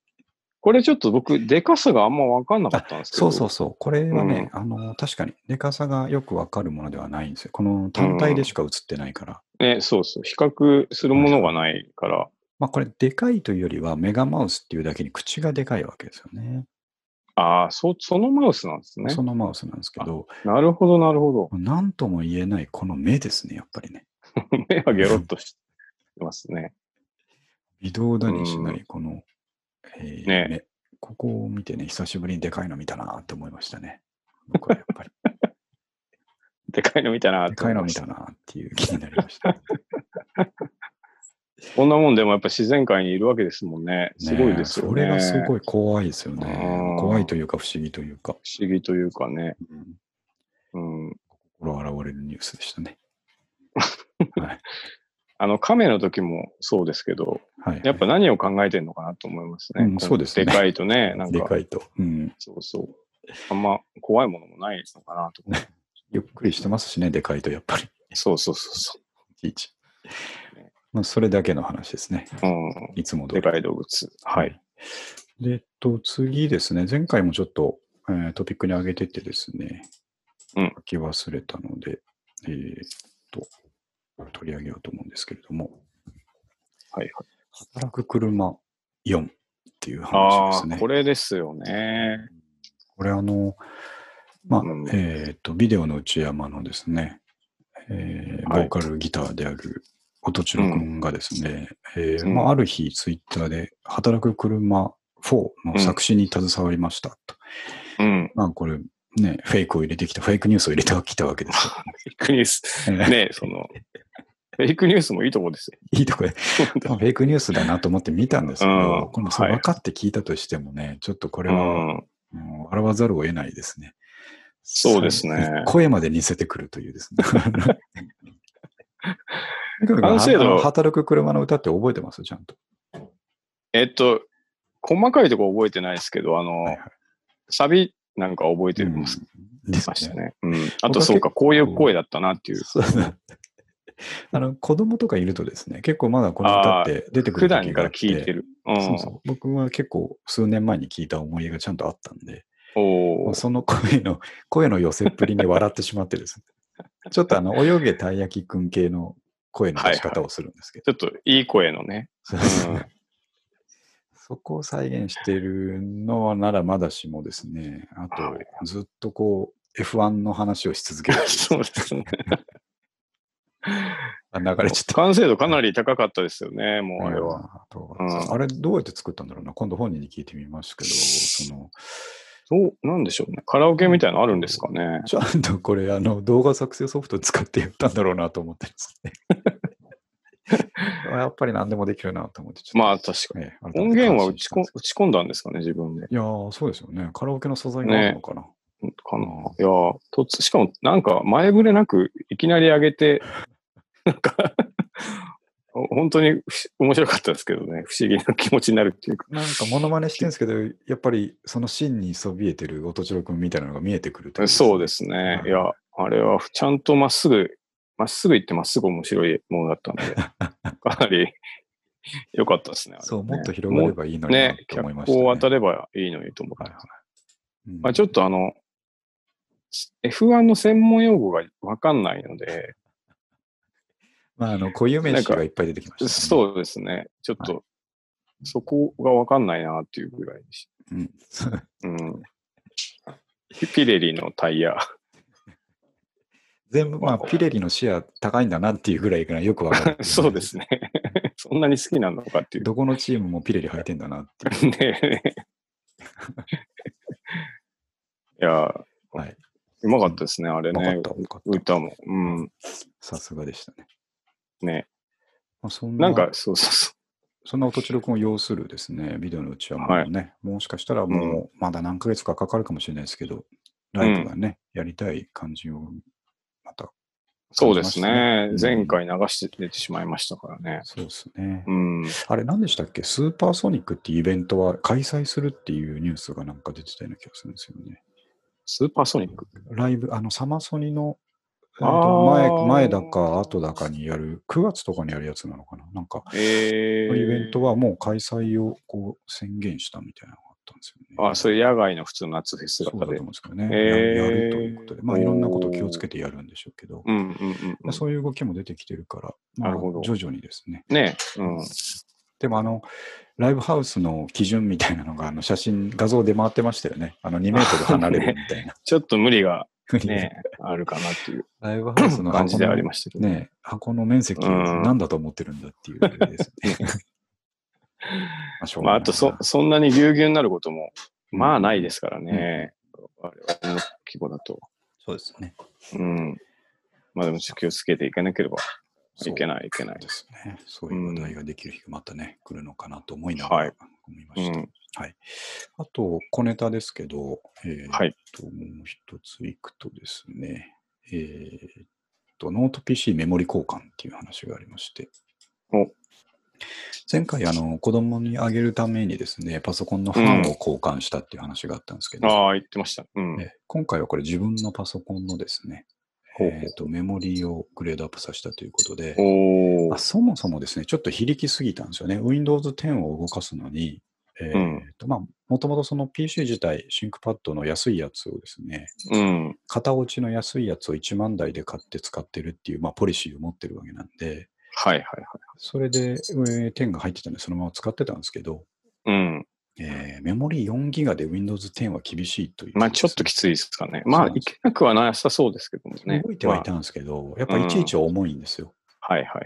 B: これちょっと僕、でかさがあんま分かんなかったんですけ
A: そ
B: ど。
A: うそうそう。これはね、あの、確かに、でかさがよくわかるものではないんですよ。この単体でしか映ってないから。
B: ね、そうそう。比較するものがないから。
A: まあ、これ、でかいというよりは、メガマウスっていうだけに口がでかいわけですよね。
B: ああ、そ、そのマウスなんですね
A: そ。のマウスなんですけど、
B: なるほど、なるほど。
A: なんとも言えない、この目ですね、やっぱりね。
B: 目はゲロッとしてますね。
A: 微動だにしな
B: う
A: い、この、えー
B: ね
A: 目。ここを見てね、久しぶりにでかいの見たなって思いましたね。僕はやっ ぱり、
B: でかいの見たな
A: で
B: と
A: か
B: 思
A: い
B: い
A: の
B: ま
A: 見
B: した
A: たなっていう気になりました。
B: こんなもんでもやっぱ自然界にいるわけですもんね。すごいですよね。
A: ねそれがす
B: い。
A: ごい怖いですよね
B: う。ん
A: 怖いというか、不思議というか、
B: 不思議というかね。
A: うん
B: うん。
A: 心現れるニュースでしたね。 はい。
B: あの、亀の時もそうですけど、
A: はい、
B: やっぱ何を考えてるのかなと思いますね。
A: うん
B: こ
A: そうですね
B: でかいと ね、なん
A: で
B: か、
A: かいと。うん。
B: そうそう。あんま怖いものもないのかなと思って。
A: ゆっくりしてますしね、でかいと、やっぱり。
B: そうそうそうそ
A: いちいち。まあ、それだけの話ですね。
B: う。うん。
A: いつも通
B: で
A: り
B: かい動物。はい。。
A: で、えっと、次ですね。前回もちょっと、えートピックに上げててですね。
B: うん
A: 書き忘れたので、えーっと、取り上げようと思うんですけれども、
B: はいはい。
A: 働く車4っていう話で
B: あ
A: す
B: あ、
A: ね。
B: これですよね。
A: これあの、まあ
B: うん、
A: えーっと、ビデオの内山のですね、えーボ
B: はい
A: ーカルギターである音千代君がですね、えー
B: うん
A: まあ、ある日ツイッターで、働く車4の作詞に携わりましたと。
B: うん。
A: まあこれ、ね、フェイクを入れてきた、フェイクニュースを入れてきたわけです よ。
B: フェイクニュ ース。ねその、フェイクニュースもいいとこですよ。
A: いいとこで、まあフェイクニュースだなと思って見たんですけど、
B: うん
A: このそれ
B: はい
A: 分かって聞いたとしてもね、ちょっとこれ
B: う
A: は、
B: ん。
A: うん、笑わざるを得ないですね。
B: そうですね
A: 声まで似せてくるという ですね。完
B: 完成度
A: 働く車の歌って覚えてますちゃんと。
B: えっと、細かいとこ覚えてないですけど、あの、
A: はいはい
B: サビなんか覚えてま
A: うんです
B: した
A: ね。
B: ね。うん、あと、そうか、こういう声だったなっていう。
A: そうそう あの子供とかいるとですね、結構まだこの歌って出てくる時
B: 普段
A: が
B: か
A: あっ
B: ら
A: て
B: 聞いてる。うん。
A: そうそう僕は結構数年前に聞いた思い出がちゃんとあったんで、
B: お
A: もう
B: ー
A: その声の、 声の寄せっぷりに笑ってしまってですね。 ちょっとあの、泳げたい焼きくん系の声の出し方をするんですけど
B: ちょっといい声のね。、
A: そうですね そこを再現してるのならまだしもですね、あ
B: はい
A: と、ずっとこう、F1 の話をし続ける。
B: そうです ね。
A: あ流れちゃった。
B: 完成度かなり高かったですよね、もうあれは。
A: あと
B: うん
A: あれ、どうやって作ったんだろうな。今度本人に聞いてみますけど、その、
B: どう、なんでしょうね。カラオケみたいのあるんですかね。
A: ちゃんとこれ、あの、動画作成ソフト使ってやったんだろうなと思ってです ね。やっぱり何でもできるなと思って、ちょっと
B: まあ、確かに。
A: ね改
B: 音
A: めて感
B: 源は
A: 心
B: 打ち
A: したん
B: こ
A: です
B: 打ち込んだんですかね、自分で。
A: けどいやー、そうですよね。カラオケの素材があるのかな。
B: かな。いやー、突しかもなんか前触れなくいきなり上げて、 なんか、 本当にふし面白かったですけどね、不思議な気持ちになるっていうか。
A: なんかモノマネしてるんですけど、やっぱりその芯にそびえてる音千代君みたいなのが見えてくるとい
B: そうですね。いや、あれはちゃんとまっすぐ、まっすぐ行ってまっすぐ面白いものだった ので、かなり良かったですね。あれね
A: そう、もっと広がればいいのにな
B: ね、
A: と
B: 脚
A: 思いました、
B: 光
A: ね。
B: を当たればいいのにと思って。
A: はいはいうん
B: まあ、ちょっとあの、 F1 の専門用語がわかんないので、
A: まあ、あの、固有名詞がいっぱい出てきました、ね。
B: そうですね。ちょっと、そこがわかんないなっていうぐらいでし
A: うん。
B: た。うん。ピレリのタイ ヤ。。
A: 全部、まあ、ピレリのシェア高いんだなっていうぐらいがよくわかる
B: そうで。すね。そんなに好きなのかっていう。
A: どこのチームもピレリ履いてんだなっていう。
B: ね いや、
A: はい。
B: うまかったですね、あれ
A: 分か
B: ね
A: っ。た、分かった。
B: 歌も。うん。
A: さすがでしたね。
B: ね。
A: まあ、そんな
B: なんか、そうそうそ
A: そんな音千代君を要するですね、ビデオのうちはもうね、もしかしたらもうまだ何ヶ月かかかるかもしれないですけど、ライブがね、やりたい感じを、また、
B: う。そうですね
A: う。ん
B: 前回流して出てしまいましたからね。
A: そうですね。
B: うん。
A: あれ、何でしたっけスーパーソニックっていうイベントは開催するっていうニュースがなんか出てたような気がするんですよね。
B: スーパーソニック。
A: ライブ、あの、サマソニの、えー
B: あー
A: と前前だか後だかにやる、9月とかにやるやつなのかななんか、
B: え
A: この
B: ー
A: イベントはもう開催をこう宣言したみたいなのがあったんですよね。
B: あ、それ野外の普通の夏フェス
A: そ
B: と
A: うだ
B: か
A: と思う
B: で
A: ん。ですけどね。
B: へー
A: ややるということで、まあ、
B: おー
A: いろんなことを気をつけてやるんでしょうけど、
B: うんうんうんう
A: まあ
B: ん。
A: そういう動きも出てきてるから、ま
B: な
A: あ
B: るほど
A: 徐々にですね。
B: ね。うん。
A: でも、あの、ライブハウスの基準みたいなのが、あの写真、画像で回ってましたよね。あの、2メートル離れるみたいな。
B: ちょっと無理が
A: ふうに
B: ね、あるかなっていう
A: ライブハウスの
B: 感
A: 箱
B: じではあり
A: の
B: ましたけど。
A: ね、箱の面積を
B: うん
A: 何だと思ってるんだっていうですね。 まあ、しょう
B: ま
A: がな
B: あ、
A: い
B: あとそ、そんなにぎゅうぎゅうになることも、まあないですからね。我々の規模だと。
A: そうですね。
B: うん。まあでも、気をつけていかなければ
A: そう
B: いけない、いけない
A: で。すね。そういう話題ができる日がまたね、来るのかなと思いなが
B: は
A: ら
B: い
A: 思いま
B: う
A: した。
B: ん。
A: はい。あと、小ネタですけど、えー
B: はい
A: と、もう一ついくとですね、えーっと、ノート PC メモリ交換っていう話がありまして
B: お、
A: 前回、あの、子供にあげるためにですね、パソコンの版を交換したっていう話があったんですけど、
B: ああ、言ってました。うん。
A: えー今回はこれ自分のパソコンのですね、
B: ほうほう
A: えーっと、メモリをグレードアップさせたということで、
B: お
A: まあ
B: ー。
A: そもそもですね、ちょっと非力すぎたんですよね。Windows 10を動かすのに、えー
B: うん
A: とまあ、もともとその PC 自体、ThinkPad の安いやつをですね、
B: うん。
A: 型落ちの安いやつを1万台で買って使ってるっていう、まあ、ポリシーを持ってるわけなんで、
B: はいはいはい。
A: それで、えー10が入ってたんで、そのまま使ってたんですけど、
B: うん。
A: えーメモリ4ギガで Windows 10は厳しいという、
B: まあ、ちょっとき
A: い。
B: ついですかね。
A: うな
B: まあ
A: ん、で
B: い
A: す
B: けなくはなさそうですけどもね。
A: 動いてはい
B: ま
A: たんですけど、やっぱりいちいち重いんですよ。
B: あはいはい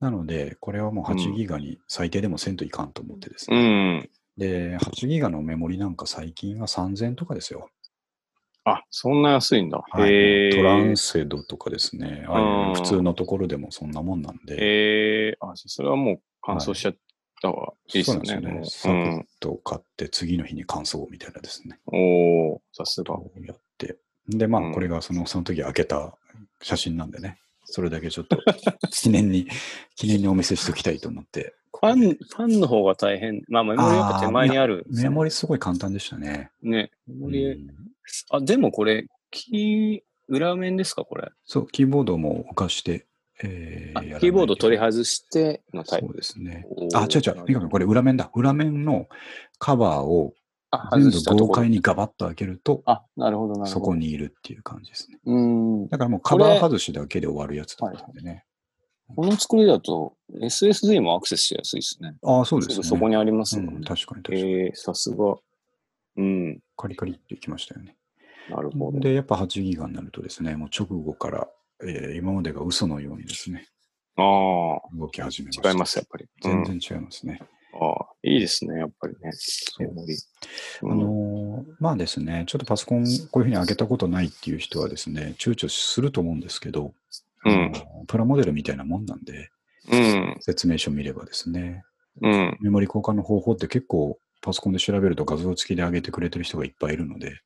A: なので、これはもう8ギガに最低でもせんといかんと思ってです
B: はい。
A: ね。
B: うん。
A: で、8ギガのメモリなんか最近は3000とかですよ。
B: あ、そんな安いんだ。
A: はい
B: へえ。
A: トランセドとかですね。ああいう
B: うん
A: 普通のところでもそんなもんなんで。
B: ええあ、それはもう乾燥しちゃった方がいいです
A: そう
B: ね。
A: なん
B: もう
A: ですよね。サクッと買って次の日に乾燥みたいなですね。
B: うん、おおさすが。
A: やって。で、まあ
B: うん
A: これがそのその時開けた写真なんでね。それだけちょっと 記念に、記念にお見せしておきたいと思って。
B: ファン、ファンの方が大変。まあ、メモリやっぱ手前にあるんです
A: メ
B: よね。
A: モリすごい簡単でしたね。
B: ね。メモリ、
A: うん
B: あ、でもこれ、キー、裏面ですか、これ。
A: そう、キーボードも浮かして、え
B: あ
A: やらない
B: キーボード
A: と
B: 取り外してのタイ
A: そ
B: プ。
A: うですね。
B: おー
A: あ、違う違う。三上君、これ裏面だ。裏面のカバーを
B: あ、
A: 全
B: 外
A: 部
B: したと
A: 豪
B: ころ
A: 快。にガバッと開けると、
B: あ、なるほど、なるほど。
A: そこにいるっていう感じですね。
B: うん。
A: だからもうカバー外しだけで終わるやつだったんでね。
B: この作りだと、SSD もアクセスしやすいですね。
A: ああ、そうですす
B: ぐ
A: ね。
B: そこにあります
A: う
B: もん
A: ん、
B: ね。
A: 確かに確かに。
B: ええさすが。うん。
A: カリカリっていきましたよね。
B: なるほど。
A: で、やっぱ8ギガになるとですね、もう直後から、えー今までが嘘のようにですね、
B: あ
A: 動き始めました。
B: あ、違います、やっぱり。
A: 全
B: うん
A: 然違いますね。
B: ああ、いいですね、やっぱりね。メモリ。
A: あのーまあですね、ちょっとパソコンこういうふうに上げたことないっていう人はですね、躊躇すると思うんですけど、
B: うん
A: あのープラモデルみたいなもんなんで、
B: うん、
A: 説明書見ればですね、
B: うん。
A: メモリ交換の方法って結構パソコンで調べると画像付きで上げてくれてる人がいっぱいいるので、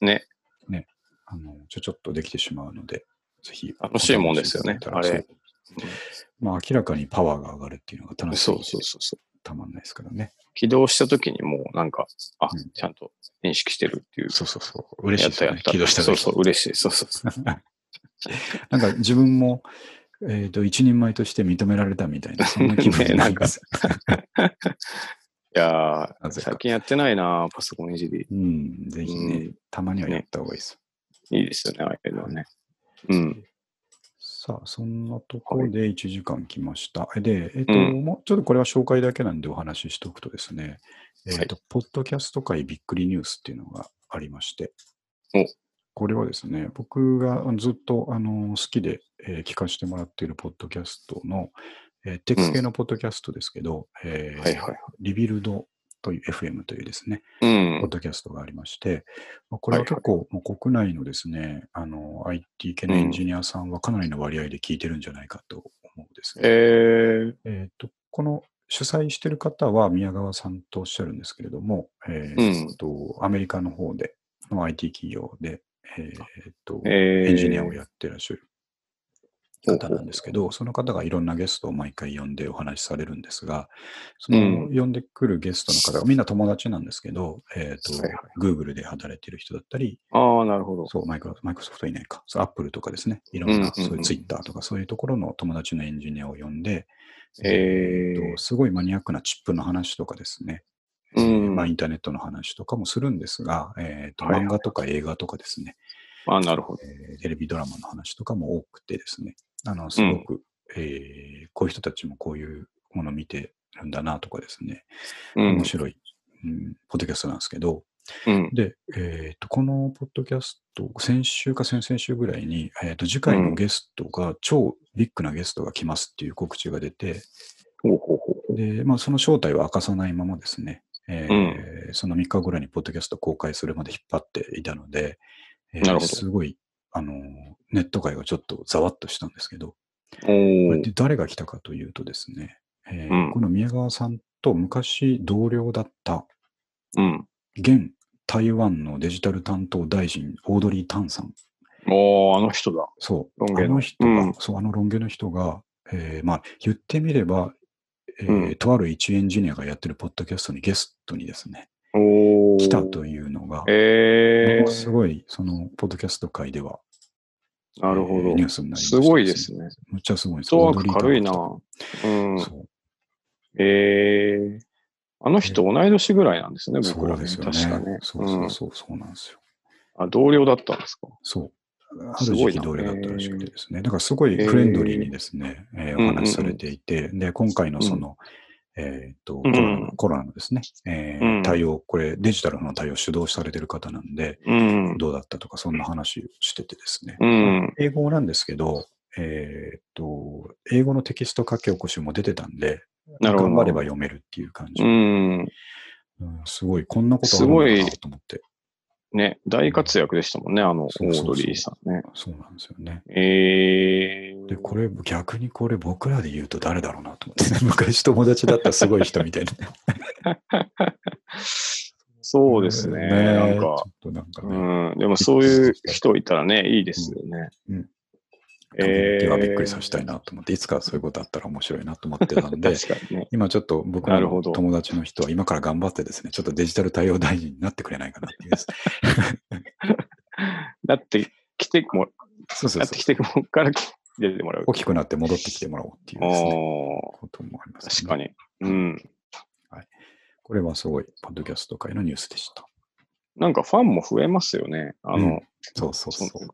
B: ね。
A: ね、あのちょちょっとできてしまうので、ぜひ。
B: 楽しいもんですよ
A: お試し
B: ね
A: いただいたら。
B: あれ
A: そうまあ明らかにパワーが上がるっていうのが楽し
B: そ
A: いう
B: そうそうそう。
A: たまんないですからね。
B: 起動したときにもうなんか、あ、
A: うん
B: ちゃんと認識してるっていう。
A: そうそうそう。嬉しい
B: やっ
A: です
B: た
A: よ
B: やっ
A: ね。
B: た。
A: 起動した時
B: そうそう、嬉しい。そうそうそう。
A: なんか自分も、えっと一人前として認められたみたいな、そんな気分
B: ね
A: にな
B: なん
A: り
B: か
A: ます。
B: いや
A: な
B: ー、
A: ぜか
B: 最近やってないな、パソコンいじり。
A: うん、ぜひね、
B: うん
A: たまにはやった方がいいです。
B: いいですよね、ああいうのはね。うん。
A: さあ、そんなところで1時間来ました。で、えっと、もうちょっとこれは紹介だけなんでお話ししておくとですね、えっと、ポッドキャスト界びっくりニュースっていうのがありまして
B: お、
A: これはですね、僕がずっとあの好きで、えー聞かせてもらっているポッドキャストの、えーテックス系のポッドキャストですけど、えー
B: はいはい。
A: リビルドという FM というですね、
B: う
A: ポッ
B: ん。
A: ドキャストがありまして、まあこれは結構、もう国内のですね、あの、IT 系のエンジニアさんはかなりの割合で聞いてるんじゃないかと思うんですね。
B: えー、
A: えっと、この主催してる方は宮川さんとおっしゃるんですけれども、え
B: う
A: っと、アメリカの方で、の IT 企業で、えっと、
B: えー、
A: エンジニアをやってらっしゃる方なんですけど、その方がいろんなゲストを毎回呼んでお話しされるんですが、その
B: う
A: 呼んでくるゲストの方がみんな友達なんですけど、えっ、と
B: はいはい、
A: Google で働いてる人だったり、
B: ああ、なるほど。
A: そう、マイクロマイクロソフトいないか、そう Apple とかですね、いろん
B: うんうんう
A: な、
B: ん
A: そういう Twitter とかそういうところの友達のエンジニアを呼んで、
B: えー
A: っとすごいマニアックなチップの話とかですね、
B: うん
A: まあ、インターネットの話とかもするんですが、えっと
B: はいはい
A: 漫画とか映画とかですね、
B: ああ、なるほど。
A: えーテレビドラマの話とかも多くてですね、あのすごく、えーこういう人たちもこういうものを見てるんだなとかですね、
B: うん
A: 面。白い、うん、ポッドキャストなんですけど、
B: うん。
A: で、えーとこのポッドキャスト、先週か先々週ぐらいに、えーと次回のゲストが、超ビッグなゲストが来ますっていう告知が出て、
B: ほうほうほうほう。
A: でまあ、その正体は明かさないままですね、えーその3日後ぐらいにポッドキャスト公開するまで引っ張っていたので、えー
B: なるほど
A: すごい、あのーネット界がちょっとざわっとしたんですけど、
B: おー
A: で誰が来たかというとですね、えー
B: うん
A: この宮川さんと昔同僚だった
B: うん。
A: 現台湾のデジタル担当大臣、オードリー・タンさん。
B: おーあの人だ。
A: そう、
B: ロン
A: あ
B: 毛の
A: の人が、
B: うん
A: そう、あのロン毛の人が、えーまあ、言ってみれば、えー
B: うん
A: とある一エンジニアがやってるポッドキャストにゲストにですね、
B: おー
A: 来たというのが、
B: えー、
A: すごい、その、ポッドキャスト界では、
B: なるほ
A: えー
B: ど
A: ニュ。ースになりまし
B: す
A: た、
B: ごいです。ね。
A: むっちゃすごいです。
B: フットワーク軽いな。
A: オ
B: う
A: ード
B: ん
A: リー。タンそう
B: えー、あの人同い年ぐらいなんですね、
A: そ
B: 僕ら
A: うですよね。
B: 確かね。
A: そうそうそう、そうなんですよ。
B: うんあ、同僚だったんですか。
A: そう。ある
B: す
A: 時
B: ごい
A: 期
B: な
A: 同僚だったらしくてですね。だからすごいフレンドリーにですね、えーお話しされていて、で、今回のその、えーっと、コロナ
B: うんう
A: の
B: ん
A: コロナのですね、え
B: うん
A: ー対応、これデジタルの対応を主導されてる方なんで、
B: うん。
A: どうだったとか、そんな話をしててですね。
B: うん。
A: 英語なんですけど、えーっと、英語のテキスト書き起こしも出てたんで、
B: なるほど。
A: 頑張れば読めるっていう感じ。
B: うん。
A: うんすごい、こんなことあるのかなと思って。
B: ね、大活躍でしたもんね、あの、オ
A: そうそうそう
B: ードリーさんね。
A: そうなんですよね。
B: えー。
A: で、これ、逆にこれ、僕らで言うと誰だろうなと思って、 昔友達だったすごい人みたいな。
B: そうですね。なん
A: ちょ
B: か
A: っ、となんかね、
B: うん。でもそういう人いたらね、いいですよね。
A: うんうん
B: え
A: 手
B: ー。
A: がびっくりさせたいなと思って、いつかそういうことあったら面白いなと思ってたんで、
B: 確かにね。
A: 今ちょっと僕
B: なるほ
A: の
B: ど
A: 友達の人は今から頑張ってですね、ちょっとデジタル対応大臣になってくれないかな っていう。
B: だって、来ても、
A: そうそう
B: だっ
A: そ
B: て
A: う
B: 来。てもから出てもらう
A: 大。きくなって戻ってきてもらおうっていうですね、
B: おー
A: こともあります、
B: 確か。に。うん。
A: これはすごい、ポッドキャスト界のニュースでした。
B: なんかファンも増えますよね。あの、
A: うんそうそうそう。
B: その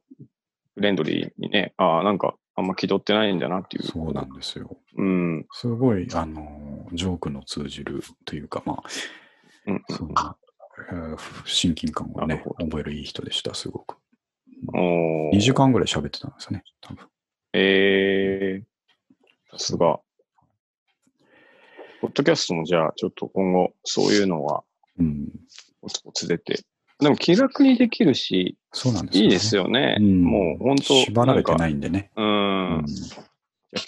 B: フレンドリーにね、ああ、なんかあんま気取ってないんだなっていう。
A: そうなんですよ。
B: うん。うん
A: すごい、あの、ジョークの通じるというか、まあ、
B: うん。
A: その、えーふ親近感を
B: な
A: ね
B: るほ、ど
A: 覚えるいい人でした、すごく。
B: おー
A: 2時間ぐらい喋ってたんですよね、多分。
B: えー、さすが。ポッドキャストもじゃあ、ちょっと今後、そういうのは、
A: うん。
B: コツコツ出て。でも気楽にできるし、
A: そうなんです
B: いいです
A: よ
B: よね。
A: ね。ん
B: もう本当
A: 縛られて
B: んか
A: ないんでね。
B: う。
A: うんん。
B: じ
A: そ
B: ゃあ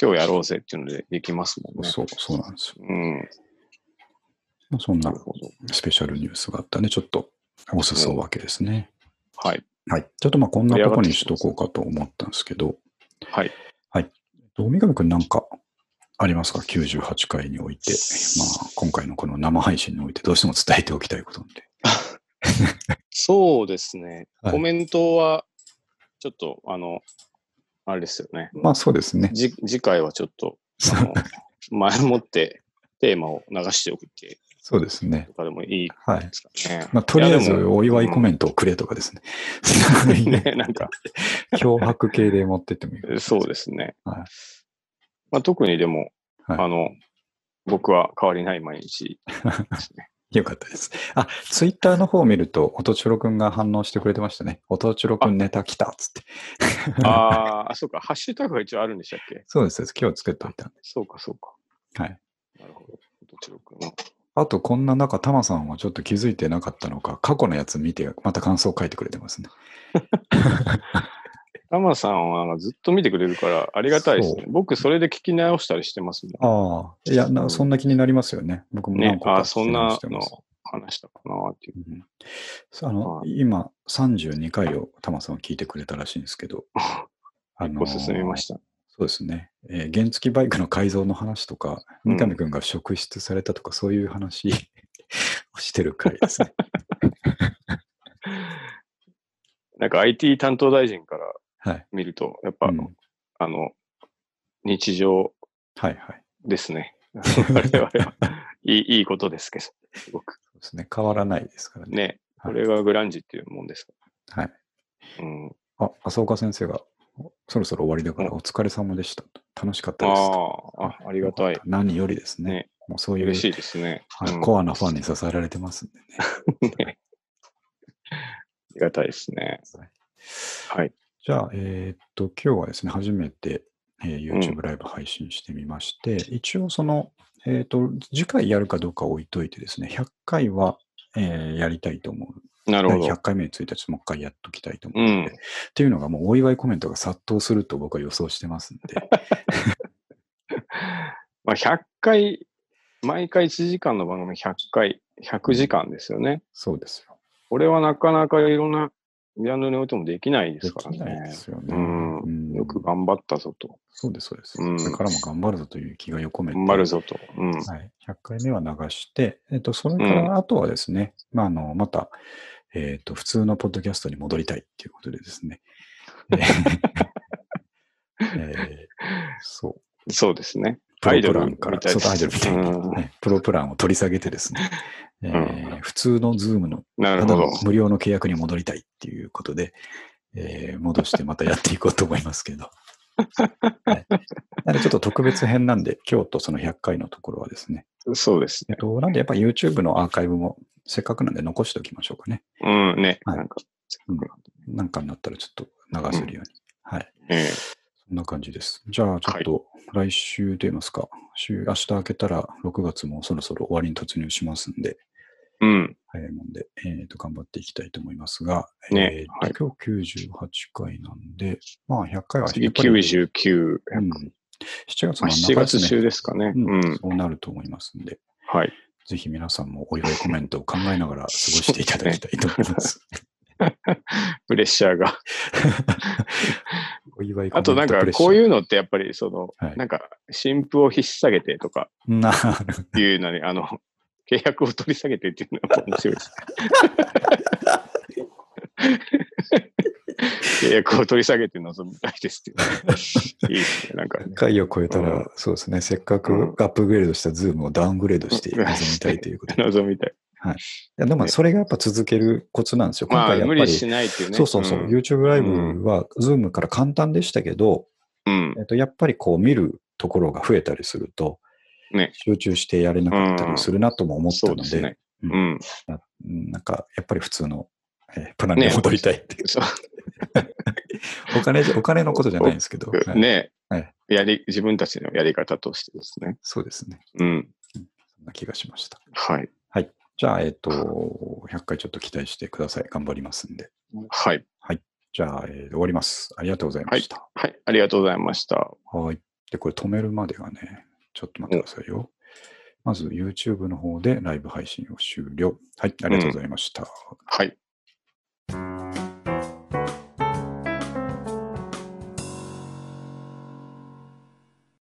B: 今日やろうぜっていうのでできますもん
A: う
B: ね。
A: そう、そうなんですよ。
B: うん。
A: まあそん
B: な
A: な
B: るほど。
A: スペシャルニュースがあったんで、ちょっとおすすおわけですね。
B: はい。
A: はい。ちょっとまあこんなとこにしとこうかと思ったんですけど、
B: はい。
A: どう三上くんなんかありますか ?98 回において、まあ今回のこの生配信においてどうしても伝えておきたいことなんで。
B: そうですね。
A: はい
B: コメントは、ちょっと、あの、あれですよね。
A: まあそうですね。
B: じ 次回はちょっと、あの前もってテーマを流しておくって
A: そうですね
B: と。かでもいいで
A: はい。
B: すかね。
A: まあ、とりあえず
B: いやでも
A: お祝いコメントをくれとかですね。そう いう
B: ね、なんか、
A: 脅迫系で持ってってもいいかもし
B: そう
A: れない
B: ですね。
A: はい
B: まあ、特にでも、
A: はい
B: あの、僕は変わりない毎日で すね。
A: よかったです。あ、ツイッターの方を見ると、音ちょろくんが反応してくれてましたね。音ちょろくんネタ来たっつって。
B: ああ、そうか、ハッシュタグが一応あるんでしたっけ
A: そうですそうです。今日作っておいたん
B: そうか、そうか。
A: で。はい。
B: なるほど。どちらかの
A: あと、こんな中、タマさんはちょっと気づいてなかったのか、過去のやつ見て、また感想を書いてくれてますね。
B: ラマさんはずっと見てくれるからありがたいです
A: そ
B: ね。僕、それで聞き直したりしてますもん。
A: ああ、いやな、そんな気になりますよね。僕も
B: ね
A: 何、個か
B: あそんな
A: 質問して
B: の
A: ます
B: 話したかなっていう。
A: うんそうあの、
B: は
A: 今、32回をタマさんは聞いてくれたらしいんですけ ど、あ。
B: 一歩進みました
A: そうですね、えー原付バイクの改造の話とか、
B: うん
A: 三上君が職質されたとか、そういう話 をしてる回です ね。
B: なんか IT 担当大臣から
A: はい。
B: 見ると、やっぱ、
A: うん、
B: あの、日常
A: はいはい。
B: ですね。 我々はい い、いいことですけど、すごく。
A: そうですね。変わらないですからね。
B: ね、
A: は
B: こ
A: い
B: れがグランジっていうもんですか
A: はい。
B: ら。うん。
A: あ、浅岡先生が、おそろそろ終わりだから、
B: うん
A: お疲れ様でしたと。楽しかった
B: あ
A: ですと。
B: あ、あありがた
A: よ
B: い
A: かっ。何よりですね。
B: ね
A: もうそういう
B: 嬉しいですね。
A: は
B: う
A: い、
B: ん
A: コアなファンに支えられてますんでね。
B: ね ありがたいですね。はい。
A: じゃあ、えーっと、今日はですね、初めて、えー YouTube ライブ配信してみまして、一応その、えーっと、次回やるかどうか置いといてですね、100回は、えーやりたいと思う。
B: なる
A: 第
B: ほど。
A: 100回目についてはちょっともう一回やっときたいと思
B: う
A: う。
B: ん。
A: っていうのが、もうお祝いコメントが殺到すると僕は予想してますん で、
B: まあ、100回、毎回1時間の番組100回、100時間ですよね。
A: そうですよ。
B: これはなかなかいろんなジャンルにおいてもできないで
A: です
B: から
A: きないで
B: ね。
A: すよね。
B: うん
A: うん
B: よく頑張ったぞと。
A: そうです、そうです。
B: うん
A: これからも頑張るぞという気概を込めて、
B: 頑張るぞと。うん。
A: はい、100回目は流して、えっと、それからあとはですね、まあ、あのまた、えっと、普通のポッドキャストに戻りたいっていうことでです ね。えーえーそう。
B: そうですね。
A: プロプラン
B: みた
A: か
B: い
A: ら、
B: です
A: そうアイドルみたいな、
B: うん
A: ねプロプランを取り下げてですね、えー普通のズームの、
B: な
A: た
B: る
A: だ
B: ほど
A: の。無料の契約に戻りたいっていうことで、えー戻してまたやっていこうと思います けど。はい、なのでちょっと特別編なんで、今日とその100回のところはですね、
B: そうです
A: え
B: ね
A: っ。と、なんでやっぱ YouTube のアーカイブもせっかくなんで残しておきましょうかね。
B: うん、ね。
A: はい
B: なんか、
A: なんかになったらちょっと流せるように。はい。
B: え
A: そんな感じです。じゃあちょっと来週といいますか、週、明日明けたら6月もそろそろ終わりに突入しますんで、
B: えうん。
A: 早いもんで、えー、と頑張っていきたいと思いますが、え
B: ね
A: ーと今日98回なんで、まあ100回は
B: 次
A: やっぱり
B: 99。
A: うん、7月
B: ま
A: の中
B: あ、7
A: です
B: 月
A: ね
B: 中ですかね。
A: う
B: うんん。
A: そうなると思いますんで、
B: はい。
A: ぜひ皆さんもお祝いコメントを考えながら過ごしていただきたいと思います。
B: プレッシャーが。
A: お祝いコメ
B: あ
A: ント
B: となんか
A: プレッシャー
B: こういうのってやっぱりその、
A: はい
B: なんか新婦を引っ下げてとか
A: なる
B: いうのに、あの、契約を取り下げてっていうのが面 白いです。契約を取り下げて望みたいですっていう。いいですね。な んか、
A: 100回を超えたら、そうですね、せっかく
B: うん
A: アップグレードしたズームをダウングレードして臨みたいという ことで。い
B: 望みたい。
A: やでも、それがやっぱ続けるコツなんですよ。今
B: まあ、
A: 回やっぱ
B: 無
A: り、
B: 理しないっていうね。
A: そうそうそう、
B: ん
A: YouTube ライブは、ズームから簡単でしたけど、
B: うん。
A: えっと、やっぱりこう見るところが増えたりすると、
B: ね
A: 集中してやれなかったりするなとも思った
B: そ
A: の
B: うで
A: で、
B: すね。
A: う
B: うんん。
A: ななんかやっぱり普通の、えープランに戻りたい っていう、
B: そ
A: お金じゃお金のことじゃないんですけど、は
B: う。
A: い
B: ね
A: はい
B: やり、自分たちのやり方としてですね。
A: そうですね、
B: うん。
A: そんな気がしました。
B: はい。
A: じゃあ、えっ、と、100回ちょっと期待してください。頑張りますんで。
B: はい。
A: じゃあ、えー終わります。ありがとうございました。
B: はい。ありがとうございました。
A: はい。で、これ止めるまでがね、ちょっと待ってくださいよ。まず、YouTube の方でライブ配信を終了。はい、ありがとうございました。
B: はい。